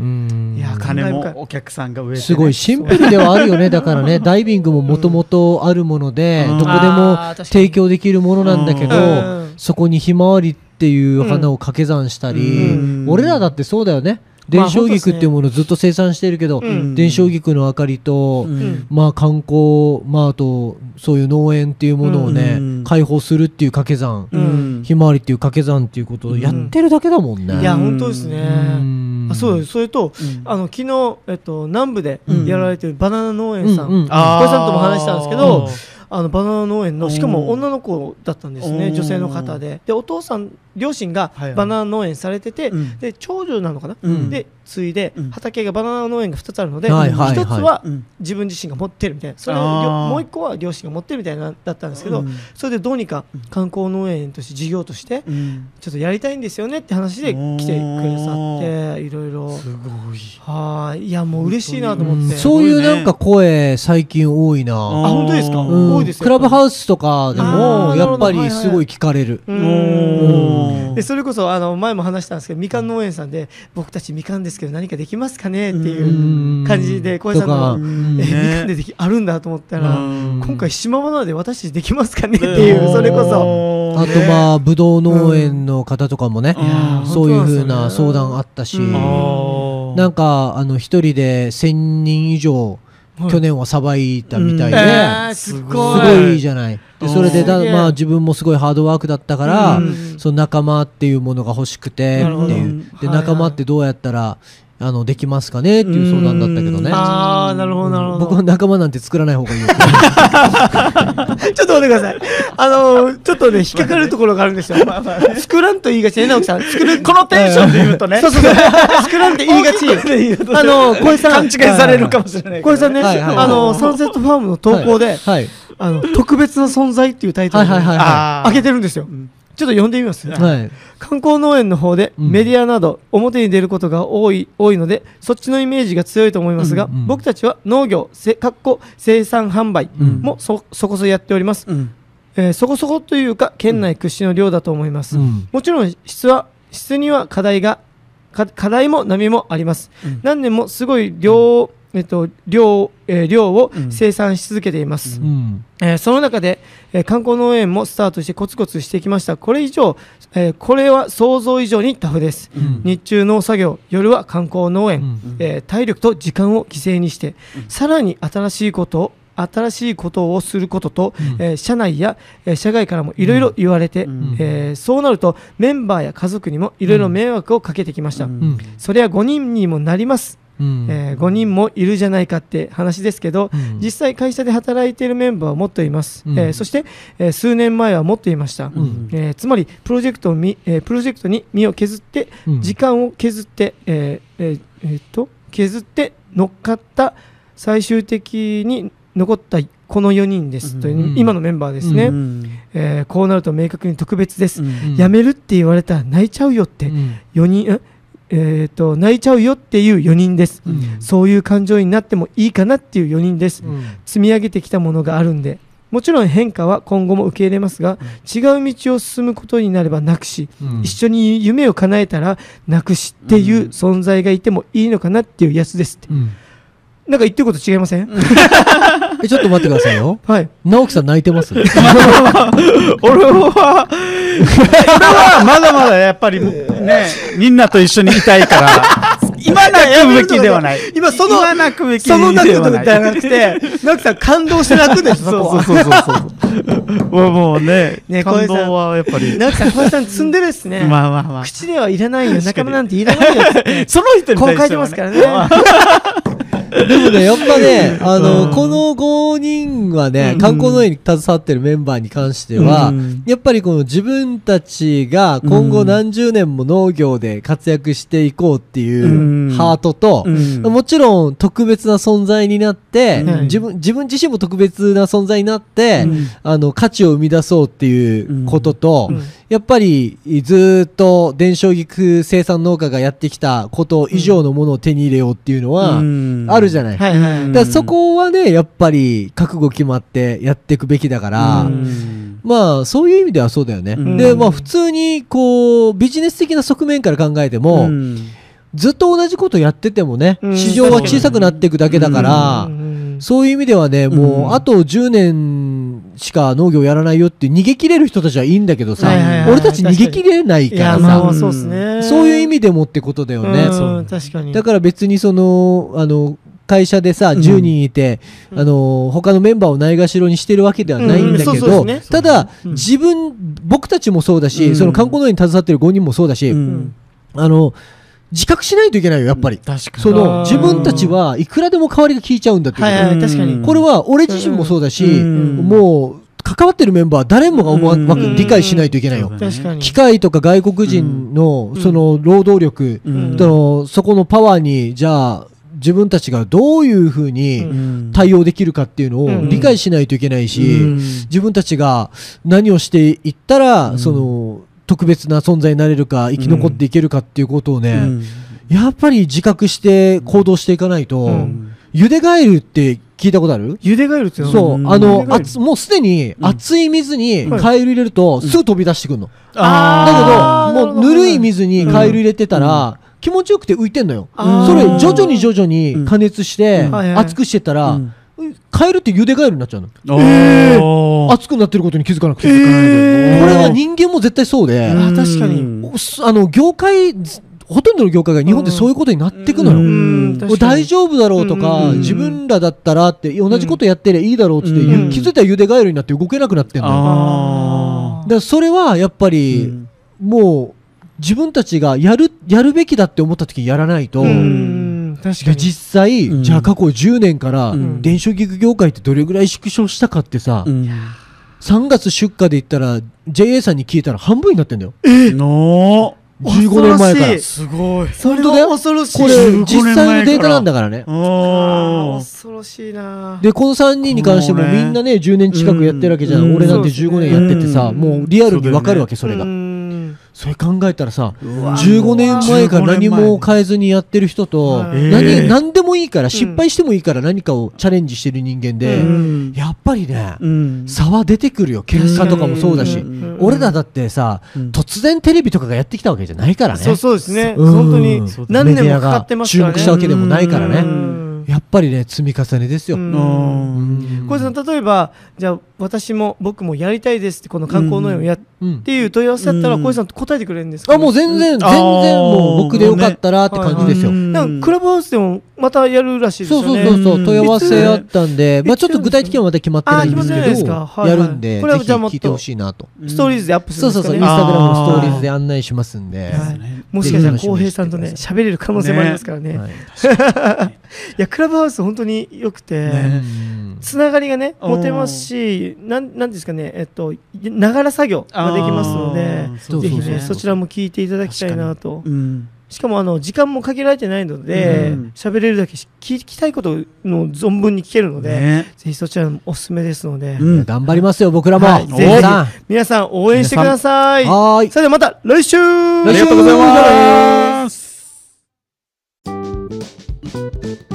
[SPEAKER 2] うん
[SPEAKER 1] いや
[SPEAKER 3] 金
[SPEAKER 1] 感慨深い
[SPEAKER 3] もお客さんが上
[SPEAKER 2] すごいシンプルではあるよね、だからね、ダイビングももともとあるもので、
[SPEAKER 3] うん
[SPEAKER 2] どこでも
[SPEAKER 1] あー確かに
[SPEAKER 2] 提供できるものなんだけど、
[SPEAKER 1] うん
[SPEAKER 2] そこにひまわりっていう花を掛け算したり、
[SPEAKER 3] うん
[SPEAKER 2] 俺らだってそうだよね、
[SPEAKER 1] まあ
[SPEAKER 2] 伝承菊っていうものをずっと生産してるけど、
[SPEAKER 1] うん
[SPEAKER 2] 伝承菊の明かりと、
[SPEAKER 1] ん
[SPEAKER 2] まあ、観光、まあ、あとそういう農園っていうものをね、
[SPEAKER 3] うん
[SPEAKER 2] 開放するっていう掛け算、
[SPEAKER 1] うん
[SPEAKER 2] ひまわりっていう掛け算っていうことをやってるだけだもんね。
[SPEAKER 1] いや本当ですね
[SPEAKER 2] うん
[SPEAKER 1] あそうですそれと
[SPEAKER 3] うん
[SPEAKER 1] あの昨日えっと南部で
[SPEAKER 3] うん
[SPEAKER 1] やられてるバナナ農園さ
[SPEAKER 2] うんうん
[SPEAKER 1] ん
[SPEAKER 3] あー
[SPEAKER 1] 小林さんとも話したんですけど
[SPEAKER 3] うん
[SPEAKER 1] あのバナナ農園のしかも女の子だったんです
[SPEAKER 3] う
[SPEAKER 1] ね
[SPEAKER 3] ん
[SPEAKER 1] 女性の方ででお父さん両親が
[SPEAKER 3] はいはい
[SPEAKER 1] バナナ農園されてて
[SPEAKER 3] うん
[SPEAKER 1] で長女なのかな
[SPEAKER 3] うん
[SPEAKER 1] で継いで
[SPEAKER 3] うん
[SPEAKER 1] 畑がバナナ農園が2つあるので
[SPEAKER 2] はい
[SPEAKER 1] 1つ
[SPEAKER 2] はいはい
[SPEAKER 1] は
[SPEAKER 3] うん
[SPEAKER 1] 自分自身が持ってるみたいなそれを
[SPEAKER 3] あー
[SPEAKER 1] 両もう1個は両親が持ってるみたいなだったんですけ
[SPEAKER 3] う
[SPEAKER 1] ど
[SPEAKER 3] ん
[SPEAKER 1] それでどうにか観光農園として事業として
[SPEAKER 3] うん
[SPEAKER 1] ちょっとやりたいんですよねって話で来てくださっていろいろ。
[SPEAKER 3] すごい
[SPEAKER 1] はい、いや、もう嬉しいなと思って。
[SPEAKER 3] ん
[SPEAKER 2] そういうなんか声、最近多いな。
[SPEAKER 1] あ、本当ですか。
[SPEAKER 2] うん
[SPEAKER 1] 多いですよ。
[SPEAKER 2] クラブ
[SPEAKER 1] ウ
[SPEAKER 2] ハウスとかで
[SPEAKER 1] あ
[SPEAKER 2] も
[SPEAKER 1] ー
[SPEAKER 2] やっぱ
[SPEAKER 1] な
[SPEAKER 2] り
[SPEAKER 1] るほど
[SPEAKER 2] すごい聞かれる、
[SPEAKER 3] おー
[SPEAKER 1] で、それこそ、あの、前も話したんですけど、みかん農園さんで、僕たちみかんですけど、何かできますかねっていう感じで、小林さんの。
[SPEAKER 3] ん
[SPEAKER 1] え、み
[SPEAKER 3] ね
[SPEAKER 1] かんででき、あるんだと思ったら、
[SPEAKER 3] うん
[SPEAKER 1] 今回島場なので、私たちできますかねっていう、それこそ。
[SPEAKER 2] とかあとまあぶどう農園の方とかもね、
[SPEAKER 3] うん
[SPEAKER 2] そういうふうな相談あったし、
[SPEAKER 1] うん
[SPEAKER 2] なんかあの一人で1000人以上
[SPEAKER 1] はい
[SPEAKER 2] 去年はさばいたみたい
[SPEAKER 1] うんえ
[SPEAKER 2] で、
[SPEAKER 1] ーす
[SPEAKER 2] す
[SPEAKER 1] ご
[SPEAKER 2] ごいいい
[SPEAKER 1] じ
[SPEAKER 2] じゃない。でそれでだ
[SPEAKER 1] すげえ
[SPEAKER 2] まあ自分もすごいハードワークだったから、
[SPEAKER 1] うん
[SPEAKER 2] その仲間っていうものが欲しくて
[SPEAKER 1] なるほ
[SPEAKER 2] っ
[SPEAKER 1] ど
[SPEAKER 2] ていう
[SPEAKER 1] はい
[SPEAKER 2] で
[SPEAKER 1] はい
[SPEAKER 2] 仲間ってどうやったらあのできますかねっていう相談だったけどね。
[SPEAKER 1] ああ、なるほど、なるほど。
[SPEAKER 2] 僕は仲間なんて作らない方がいいよ。
[SPEAKER 1] ちょっと待ってください。あのー、ちょっとね、引っかかるところがあるんですよ。作らんと言いがちね、直樹さん。作る、
[SPEAKER 3] このテンションで言うとね
[SPEAKER 1] そうそうそう。 作らんって言いがち。あのー、小江さん。
[SPEAKER 3] 勘違いされるかもしれないけど
[SPEAKER 1] 小江さんね、
[SPEAKER 2] はいはいはい
[SPEAKER 1] あのー、サンセットファームの投稿で、
[SPEAKER 2] はい。
[SPEAKER 1] あの、特別な存在っていうタイトルで、
[SPEAKER 2] はいはいはいはい
[SPEAKER 1] あー開けてるんですよ。ちょっと読んでみます。
[SPEAKER 2] はい。
[SPEAKER 1] 観光農園の方で
[SPEAKER 2] うん
[SPEAKER 1] メディアなど表に出ることが多い,、多いのでそっちのイメージが強いと思いますが、
[SPEAKER 2] うんうん
[SPEAKER 1] 僕たちは農業せかっこ生産販売
[SPEAKER 2] うん
[SPEAKER 1] もそそこそやっております、
[SPEAKER 3] うん
[SPEAKER 1] えーそこそこというか県内屈指の量だと思います、
[SPEAKER 2] うん
[SPEAKER 1] もちろん質は質には課題がか課題も波もあります、何年もすごい量、えっと量えー量を生産し続けています、
[SPEAKER 2] うん。
[SPEAKER 1] えーその中で、えー観光農園もスタートしてコツコツしてきましたこれ以上、えーこれは想像以上にタフです、
[SPEAKER 2] ん
[SPEAKER 1] 日中農作業夜は観光農園、
[SPEAKER 2] うん
[SPEAKER 1] えー体力と時間を犠牲にして、さらに新しいことを新しいことをすることと、
[SPEAKER 2] うん
[SPEAKER 1] えー社内や、えー社外からもいろいろ言われて、
[SPEAKER 3] ん
[SPEAKER 1] えーそうなるとメンバーや家族にもいろいろ迷惑をかけてきました、
[SPEAKER 3] うん
[SPEAKER 2] うん
[SPEAKER 1] それは5人にもなります
[SPEAKER 2] うん
[SPEAKER 1] えー5人もいるじゃないかって話ですけど、
[SPEAKER 2] うん
[SPEAKER 1] 実際会社で働いているメンバーはもっといます、
[SPEAKER 2] うん
[SPEAKER 1] えーそして、えー数年前はもっといました、
[SPEAKER 2] ん
[SPEAKER 1] えーつまりプロジェクトをみ、えープロジェクトに身を削って、
[SPEAKER 2] うん
[SPEAKER 1] 時間を削って、えーえーえーっと削って乗っかった最終的に残ったこの4人です、
[SPEAKER 3] うん
[SPEAKER 1] という今のメンバーですね、
[SPEAKER 3] うん
[SPEAKER 1] えーこうなると明確に特別です、
[SPEAKER 2] うん
[SPEAKER 1] やめるって言われたら泣いちゃうよって、
[SPEAKER 2] うん
[SPEAKER 1] 4人んえーっと泣いちゃうよっていう4人です、
[SPEAKER 2] うん
[SPEAKER 1] そういう感情になってもいいかなっていう4人です。
[SPEAKER 2] うん
[SPEAKER 1] 積み上げてきたものがあるんで。もちろん変化は今後も受け入れますが、違う道を進むことになればなくし、
[SPEAKER 2] うん
[SPEAKER 1] 一緒に夢を叶えたらなくしっていう存在がいてもいいのかなっていうやつですって。
[SPEAKER 2] うん
[SPEAKER 1] なんか言ってること違いません、
[SPEAKER 2] えちょっと待ってくださいよ。
[SPEAKER 1] はい。
[SPEAKER 2] 直樹さん泣いてます。
[SPEAKER 3] 俺は俺はまだまだやっぱりねみんなと一緒にいたいから今泣くべきではない
[SPEAKER 1] 今その、
[SPEAKER 3] 今泣くべきで
[SPEAKER 1] そ
[SPEAKER 3] はな
[SPEAKER 1] の泣
[SPEAKER 3] い
[SPEAKER 1] くとかじゃなくて、なくさん感動して泣くでしょ、そこは。
[SPEAKER 3] そうそうそうそう。もうもうね、
[SPEAKER 1] ね
[SPEAKER 3] 感動はやっぱ り。
[SPEAKER 1] なくさん、小林さん積んでるですね。
[SPEAKER 3] まあまあまあ。
[SPEAKER 1] 口ではいらないよ、仲間なんていらないよっつ って。
[SPEAKER 3] その人に
[SPEAKER 1] こう
[SPEAKER 3] 対
[SPEAKER 1] 書い
[SPEAKER 3] してて
[SPEAKER 1] ま
[SPEAKER 3] は
[SPEAKER 1] すか
[SPEAKER 3] ね
[SPEAKER 1] らね。
[SPEAKER 2] でもね、やっぱね、あの、
[SPEAKER 1] うん
[SPEAKER 2] この5人はね
[SPEAKER 3] う、ん
[SPEAKER 2] 観光農園に携わってるメンバーに関しては、
[SPEAKER 3] うん
[SPEAKER 2] やっぱりこの自分たちが今後何十年も農業で活躍していこうっていううんハートと、
[SPEAKER 3] うん
[SPEAKER 2] もちろん特別な存在になって、
[SPEAKER 1] うん
[SPEAKER 2] 自分、自分自身も特別な存在になって、
[SPEAKER 3] うん
[SPEAKER 2] あの、価値を生み出そうっていうことと、
[SPEAKER 1] うんうん
[SPEAKER 2] やっぱりずーっと伝承菊生産農家がやってきたこと以上のものを手に入れようっていうのは、
[SPEAKER 3] うん
[SPEAKER 2] あるじゃない。
[SPEAKER 1] はいはい。
[SPEAKER 2] だからそこはね、やっぱり覚悟決まってやっていくべきだから、
[SPEAKER 3] うん
[SPEAKER 2] まあそういう意味ではそうだよね。
[SPEAKER 3] うん
[SPEAKER 2] で、まあ普通にこう、ビジネス的な側面から考えても、
[SPEAKER 3] うん
[SPEAKER 2] ずっと同じことやっててもね、
[SPEAKER 1] うん
[SPEAKER 2] 市場は小さくなっていくだけだから、
[SPEAKER 1] うん
[SPEAKER 2] そういう意味ではね、もううんあと10年しか農業やらないよって逃げ切れる人たちはいいんだけどさ、
[SPEAKER 1] はい
[SPEAKER 3] はいはい
[SPEAKER 2] 俺たち逃げ切れない
[SPEAKER 1] い
[SPEAKER 2] か
[SPEAKER 1] や、
[SPEAKER 2] ら
[SPEAKER 1] ま
[SPEAKER 2] さ
[SPEAKER 1] あ、、そうですね。
[SPEAKER 2] そういう意味でもってことだよね。
[SPEAKER 1] うん、確かに。
[SPEAKER 2] だから別にその、あの、会社でさ、
[SPEAKER 3] ん
[SPEAKER 2] 10人いて、
[SPEAKER 1] うん
[SPEAKER 2] あの、他のメンバーをないがしろにしてるわけではない
[SPEAKER 1] う
[SPEAKER 2] んだ
[SPEAKER 1] んう
[SPEAKER 2] け
[SPEAKER 1] んそうそう
[SPEAKER 2] ど
[SPEAKER 1] です、
[SPEAKER 2] ただ、
[SPEAKER 1] うん
[SPEAKER 2] 自分、僕たちもそうだし、
[SPEAKER 3] うん
[SPEAKER 2] その観光農園に携わってる5人もそうだし、
[SPEAKER 3] うん
[SPEAKER 2] あの、自覚しないといけないよ、やっぱり。
[SPEAKER 3] 確かに。
[SPEAKER 2] その、
[SPEAKER 1] あー
[SPEAKER 2] 自分たちはいくらでも代わりが効いちゃうんだっていう
[SPEAKER 1] は
[SPEAKER 2] こ
[SPEAKER 1] い
[SPEAKER 2] と
[SPEAKER 1] はい、
[SPEAKER 3] うん
[SPEAKER 1] 確かに。
[SPEAKER 2] これは、俺自身もそうだし、
[SPEAKER 3] うん
[SPEAKER 2] もう、関わってるメンバー誰もが思わ、
[SPEAKER 3] うん
[SPEAKER 2] わく理解しないといけないよ。
[SPEAKER 3] うん
[SPEAKER 1] 確かに。
[SPEAKER 2] 機械とか外国人の、その、労働力、
[SPEAKER 3] うん
[SPEAKER 2] そのそこのパワーにじゃあ自分たちがどういうふうに
[SPEAKER 3] うん
[SPEAKER 2] 対応できるかっていうの
[SPEAKER 1] う
[SPEAKER 2] を
[SPEAKER 1] ん
[SPEAKER 2] 理解しないといけないし、
[SPEAKER 3] うん
[SPEAKER 2] 自分たちが何をしていったら、その特別な存在になれるか生き残っていけるかっていうことをね、
[SPEAKER 3] うん
[SPEAKER 2] やっぱり自覚して行動していかないと、
[SPEAKER 1] ん
[SPEAKER 2] 茹でガエルって聞いたことある
[SPEAKER 1] 茹でガエルっていのは
[SPEAKER 2] そう、
[SPEAKER 3] うん
[SPEAKER 2] あの
[SPEAKER 1] う、ん
[SPEAKER 2] 熱もうすでに熱い水にカエル入れるとすぐ飛び出してくるの。
[SPEAKER 1] あ
[SPEAKER 2] だ
[SPEAKER 1] ー
[SPEAKER 2] けど、もうぬるい水にカエル入れてた
[SPEAKER 3] うん
[SPEAKER 2] ら、気持ちよくて浮いてんのよ。
[SPEAKER 1] あー
[SPEAKER 2] それ、徐々に徐々
[SPEAKER 3] う
[SPEAKER 2] に
[SPEAKER 3] ん
[SPEAKER 2] 加熱して、
[SPEAKER 1] んはいはい
[SPEAKER 2] 熱くしてたら
[SPEAKER 3] うん、
[SPEAKER 2] カエルって茹でガエルになっちゃうの。
[SPEAKER 3] おー
[SPEAKER 2] 熱くなってることに気づかなくて。こ
[SPEAKER 1] えー
[SPEAKER 2] れは人間も絶対そうで、
[SPEAKER 1] あ確かに
[SPEAKER 3] うん
[SPEAKER 2] おすあの、業界ずほとんどの業界が日本ってそういうことになってくのよ。
[SPEAKER 3] うん
[SPEAKER 2] もう大丈夫だろうと
[SPEAKER 1] うんうん
[SPEAKER 2] か、
[SPEAKER 1] うん
[SPEAKER 2] 自分らだったらって同じことやってりゃいいだろうっつって、
[SPEAKER 3] うん
[SPEAKER 2] 気づいたらゆでガエルになって動けなくなってんのよ。
[SPEAKER 3] あ
[SPEAKER 2] だからそれはやっぱり、
[SPEAKER 3] うん
[SPEAKER 2] もう自分たちがやるやるべきだって思った時やらないと、
[SPEAKER 1] うん確か
[SPEAKER 2] で
[SPEAKER 1] に
[SPEAKER 2] 実際、
[SPEAKER 3] うん
[SPEAKER 2] じゃあ過去10年から、
[SPEAKER 3] うん
[SPEAKER 2] 電子ギグ業界ってどれぐらい縮小したかってさ、
[SPEAKER 3] あ。うん。
[SPEAKER 2] 3月出荷で言ったら JA さんに聞いたら半分になってんだよ
[SPEAKER 3] の
[SPEAKER 2] 15年前
[SPEAKER 1] 恐ろ
[SPEAKER 2] から
[SPEAKER 1] しい
[SPEAKER 3] すごい。
[SPEAKER 1] それ
[SPEAKER 2] 本当だ
[SPEAKER 1] は
[SPEAKER 2] よ
[SPEAKER 1] 恐ろしい
[SPEAKER 2] こ
[SPEAKER 3] 15
[SPEAKER 2] れ
[SPEAKER 3] 年
[SPEAKER 2] 実際のデータなんだからね
[SPEAKER 1] あー
[SPEAKER 3] おー
[SPEAKER 1] 恐ろしいな
[SPEAKER 2] でこの3人に関しても
[SPEAKER 3] このね
[SPEAKER 2] みんなね10年近くやってるわけじゃん、
[SPEAKER 3] うん
[SPEAKER 2] 俺なんて15年やっててさ、
[SPEAKER 1] うん
[SPEAKER 2] もうリアルに分かるわけそれが、
[SPEAKER 1] うん
[SPEAKER 2] それ考えたらさ
[SPEAKER 3] うわ
[SPEAKER 2] 15年前から何も
[SPEAKER 3] え
[SPEAKER 2] 変えずにやってる人と
[SPEAKER 1] はい
[SPEAKER 3] ええ
[SPEAKER 2] 何何でもいいから失敗してもいいから何かをチャレンジしてる人間で、
[SPEAKER 1] うん
[SPEAKER 2] やっぱりね、
[SPEAKER 3] うん。
[SPEAKER 2] 差は出てくるよ結果とかもそうだし、
[SPEAKER 1] んん
[SPEAKER 2] 俺らだってさ、
[SPEAKER 3] うん
[SPEAKER 2] 突然テレビとかがやってきたわけじゃないからね
[SPEAKER 1] そうそうですね
[SPEAKER 2] うん
[SPEAKER 1] 本当に
[SPEAKER 2] そう
[SPEAKER 1] 何年もかかってますからね
[SPEAKER 2] メディアが注目したわけでもないからね
[SPEAKER 1] うん
[SPEAKER 2] やっぱりね積み重ねですよ、
[SPEAKER 1] うん
[SPEAKER 2] うん
[SPEAKER 1] これその例えばじゃあ私も僕もやりたいですってこの観光農園をやっ
[SPEAKER 2] うん
[SPEAKER 1] ていう問い合わせだったら
[SPEAKER 3] うん
[SPEAKER 1] 小泉さん答えてくれるんですか
[SPEAKER 2] あもう全然全
[SPEAKER 3] あー
[SPEAKER 2] 然もう僕でよかったらって感じですよ、
[SPEAKER 3] ねはい
[SPEAKER 1] なんかクラブハウスでもまたやるらしいです
[SPEAKER 2] そう
[SPEAKER 1] よ
[SPEAKER 2] そう
[SPEAKER 1] ね
[SPEAKER 2] そうそ
[SPEAKER 3] う
[SPEAKER 2] う
[SPEAKER 3] ん
[SPEAKER 2] 問い合わせあったんで、
[SPEAKER 1] つ
[SPEAKER 2] まあ、ちょっと具体的にはまだ決まってないんです
[SPEAKER 1] あー決まってないで
[SPEAKER 2] け
[SPEAKER 1] す
[SPEAKER 2] ど
[SPEAKER 1] かはい
[SPEAKER 2] やるんで、
[SPEAKER 1] これは
[SPEAKER 2] ぜひ
[SPEAKER 1] じゃあもっと
[SPEAKER 2] 聞いてほしいなと、
[SPEAKER 1] ストーリーズでアップする
[SPEAKER 2] そ
[SPEAKER 1] ん
[SPEAKER 2] う
[SPEAKER 1] ですか
[SPEAKER 2] そ
[SPEAKER 1] ね
[SPEAKER 2] うそうイン
[SPEAKER 3] あ
[SPEAKER 2] スタグラムのス
[SPEAKER 3] ー
[SPEAKER 2] トーリーズで案内しますんで、
[SPEAKER 1] は
[SPEAKER 3] はいい
[SPEAKER 1] もしかしたら浩平さんとね
[SPEAKER 2] ぜひ
[SPEAKER 1] 喋れる可能性もありますからね
[SPEAKER 2] はい
[SPEAKER 1] いやクラブハウス本当に良くて、
[SPEAKER 3] ね
[SPEAKER 2] うん
[SPEAKER 1] つながりがね持てますしなんなんですかねえっとながら作業ができますので
[SPEAKER 3] あー
[SPEAKER 2] そう
[SPEAKER 1] ぜ
[SPEAKER 2] です
[SPEAKER 1] ひ
[SPEAKER 2] ね
[SPEAKER 1] ねそちらも聞いていただきたいなと
[SPEAKER 3] うん。
[SPEAKER 1] しかもあの時間も限られてないので
[SPEAKER 3] うん
[SPEAKER 1] 喋、れるだけし聞きたいことの存分に聞けるので、
[SPEAKER 3] ね
[SPEAKER 1] ぜひそちらもおすすめですので、
[SPEAKER 3] うん
[SPEAKER 2] 頑張りますよ僕らも、
[SPEAKER 1] はい
[SPEAKER 3] ぜひ
[SPEAKER 2] 皆さん
[SPEAKER 1] 皆さん応援してください
[SPEAKER 2] はーい
[SPEAKER 1] それではまた来週
[SPEAKER 3] ありがとうございます。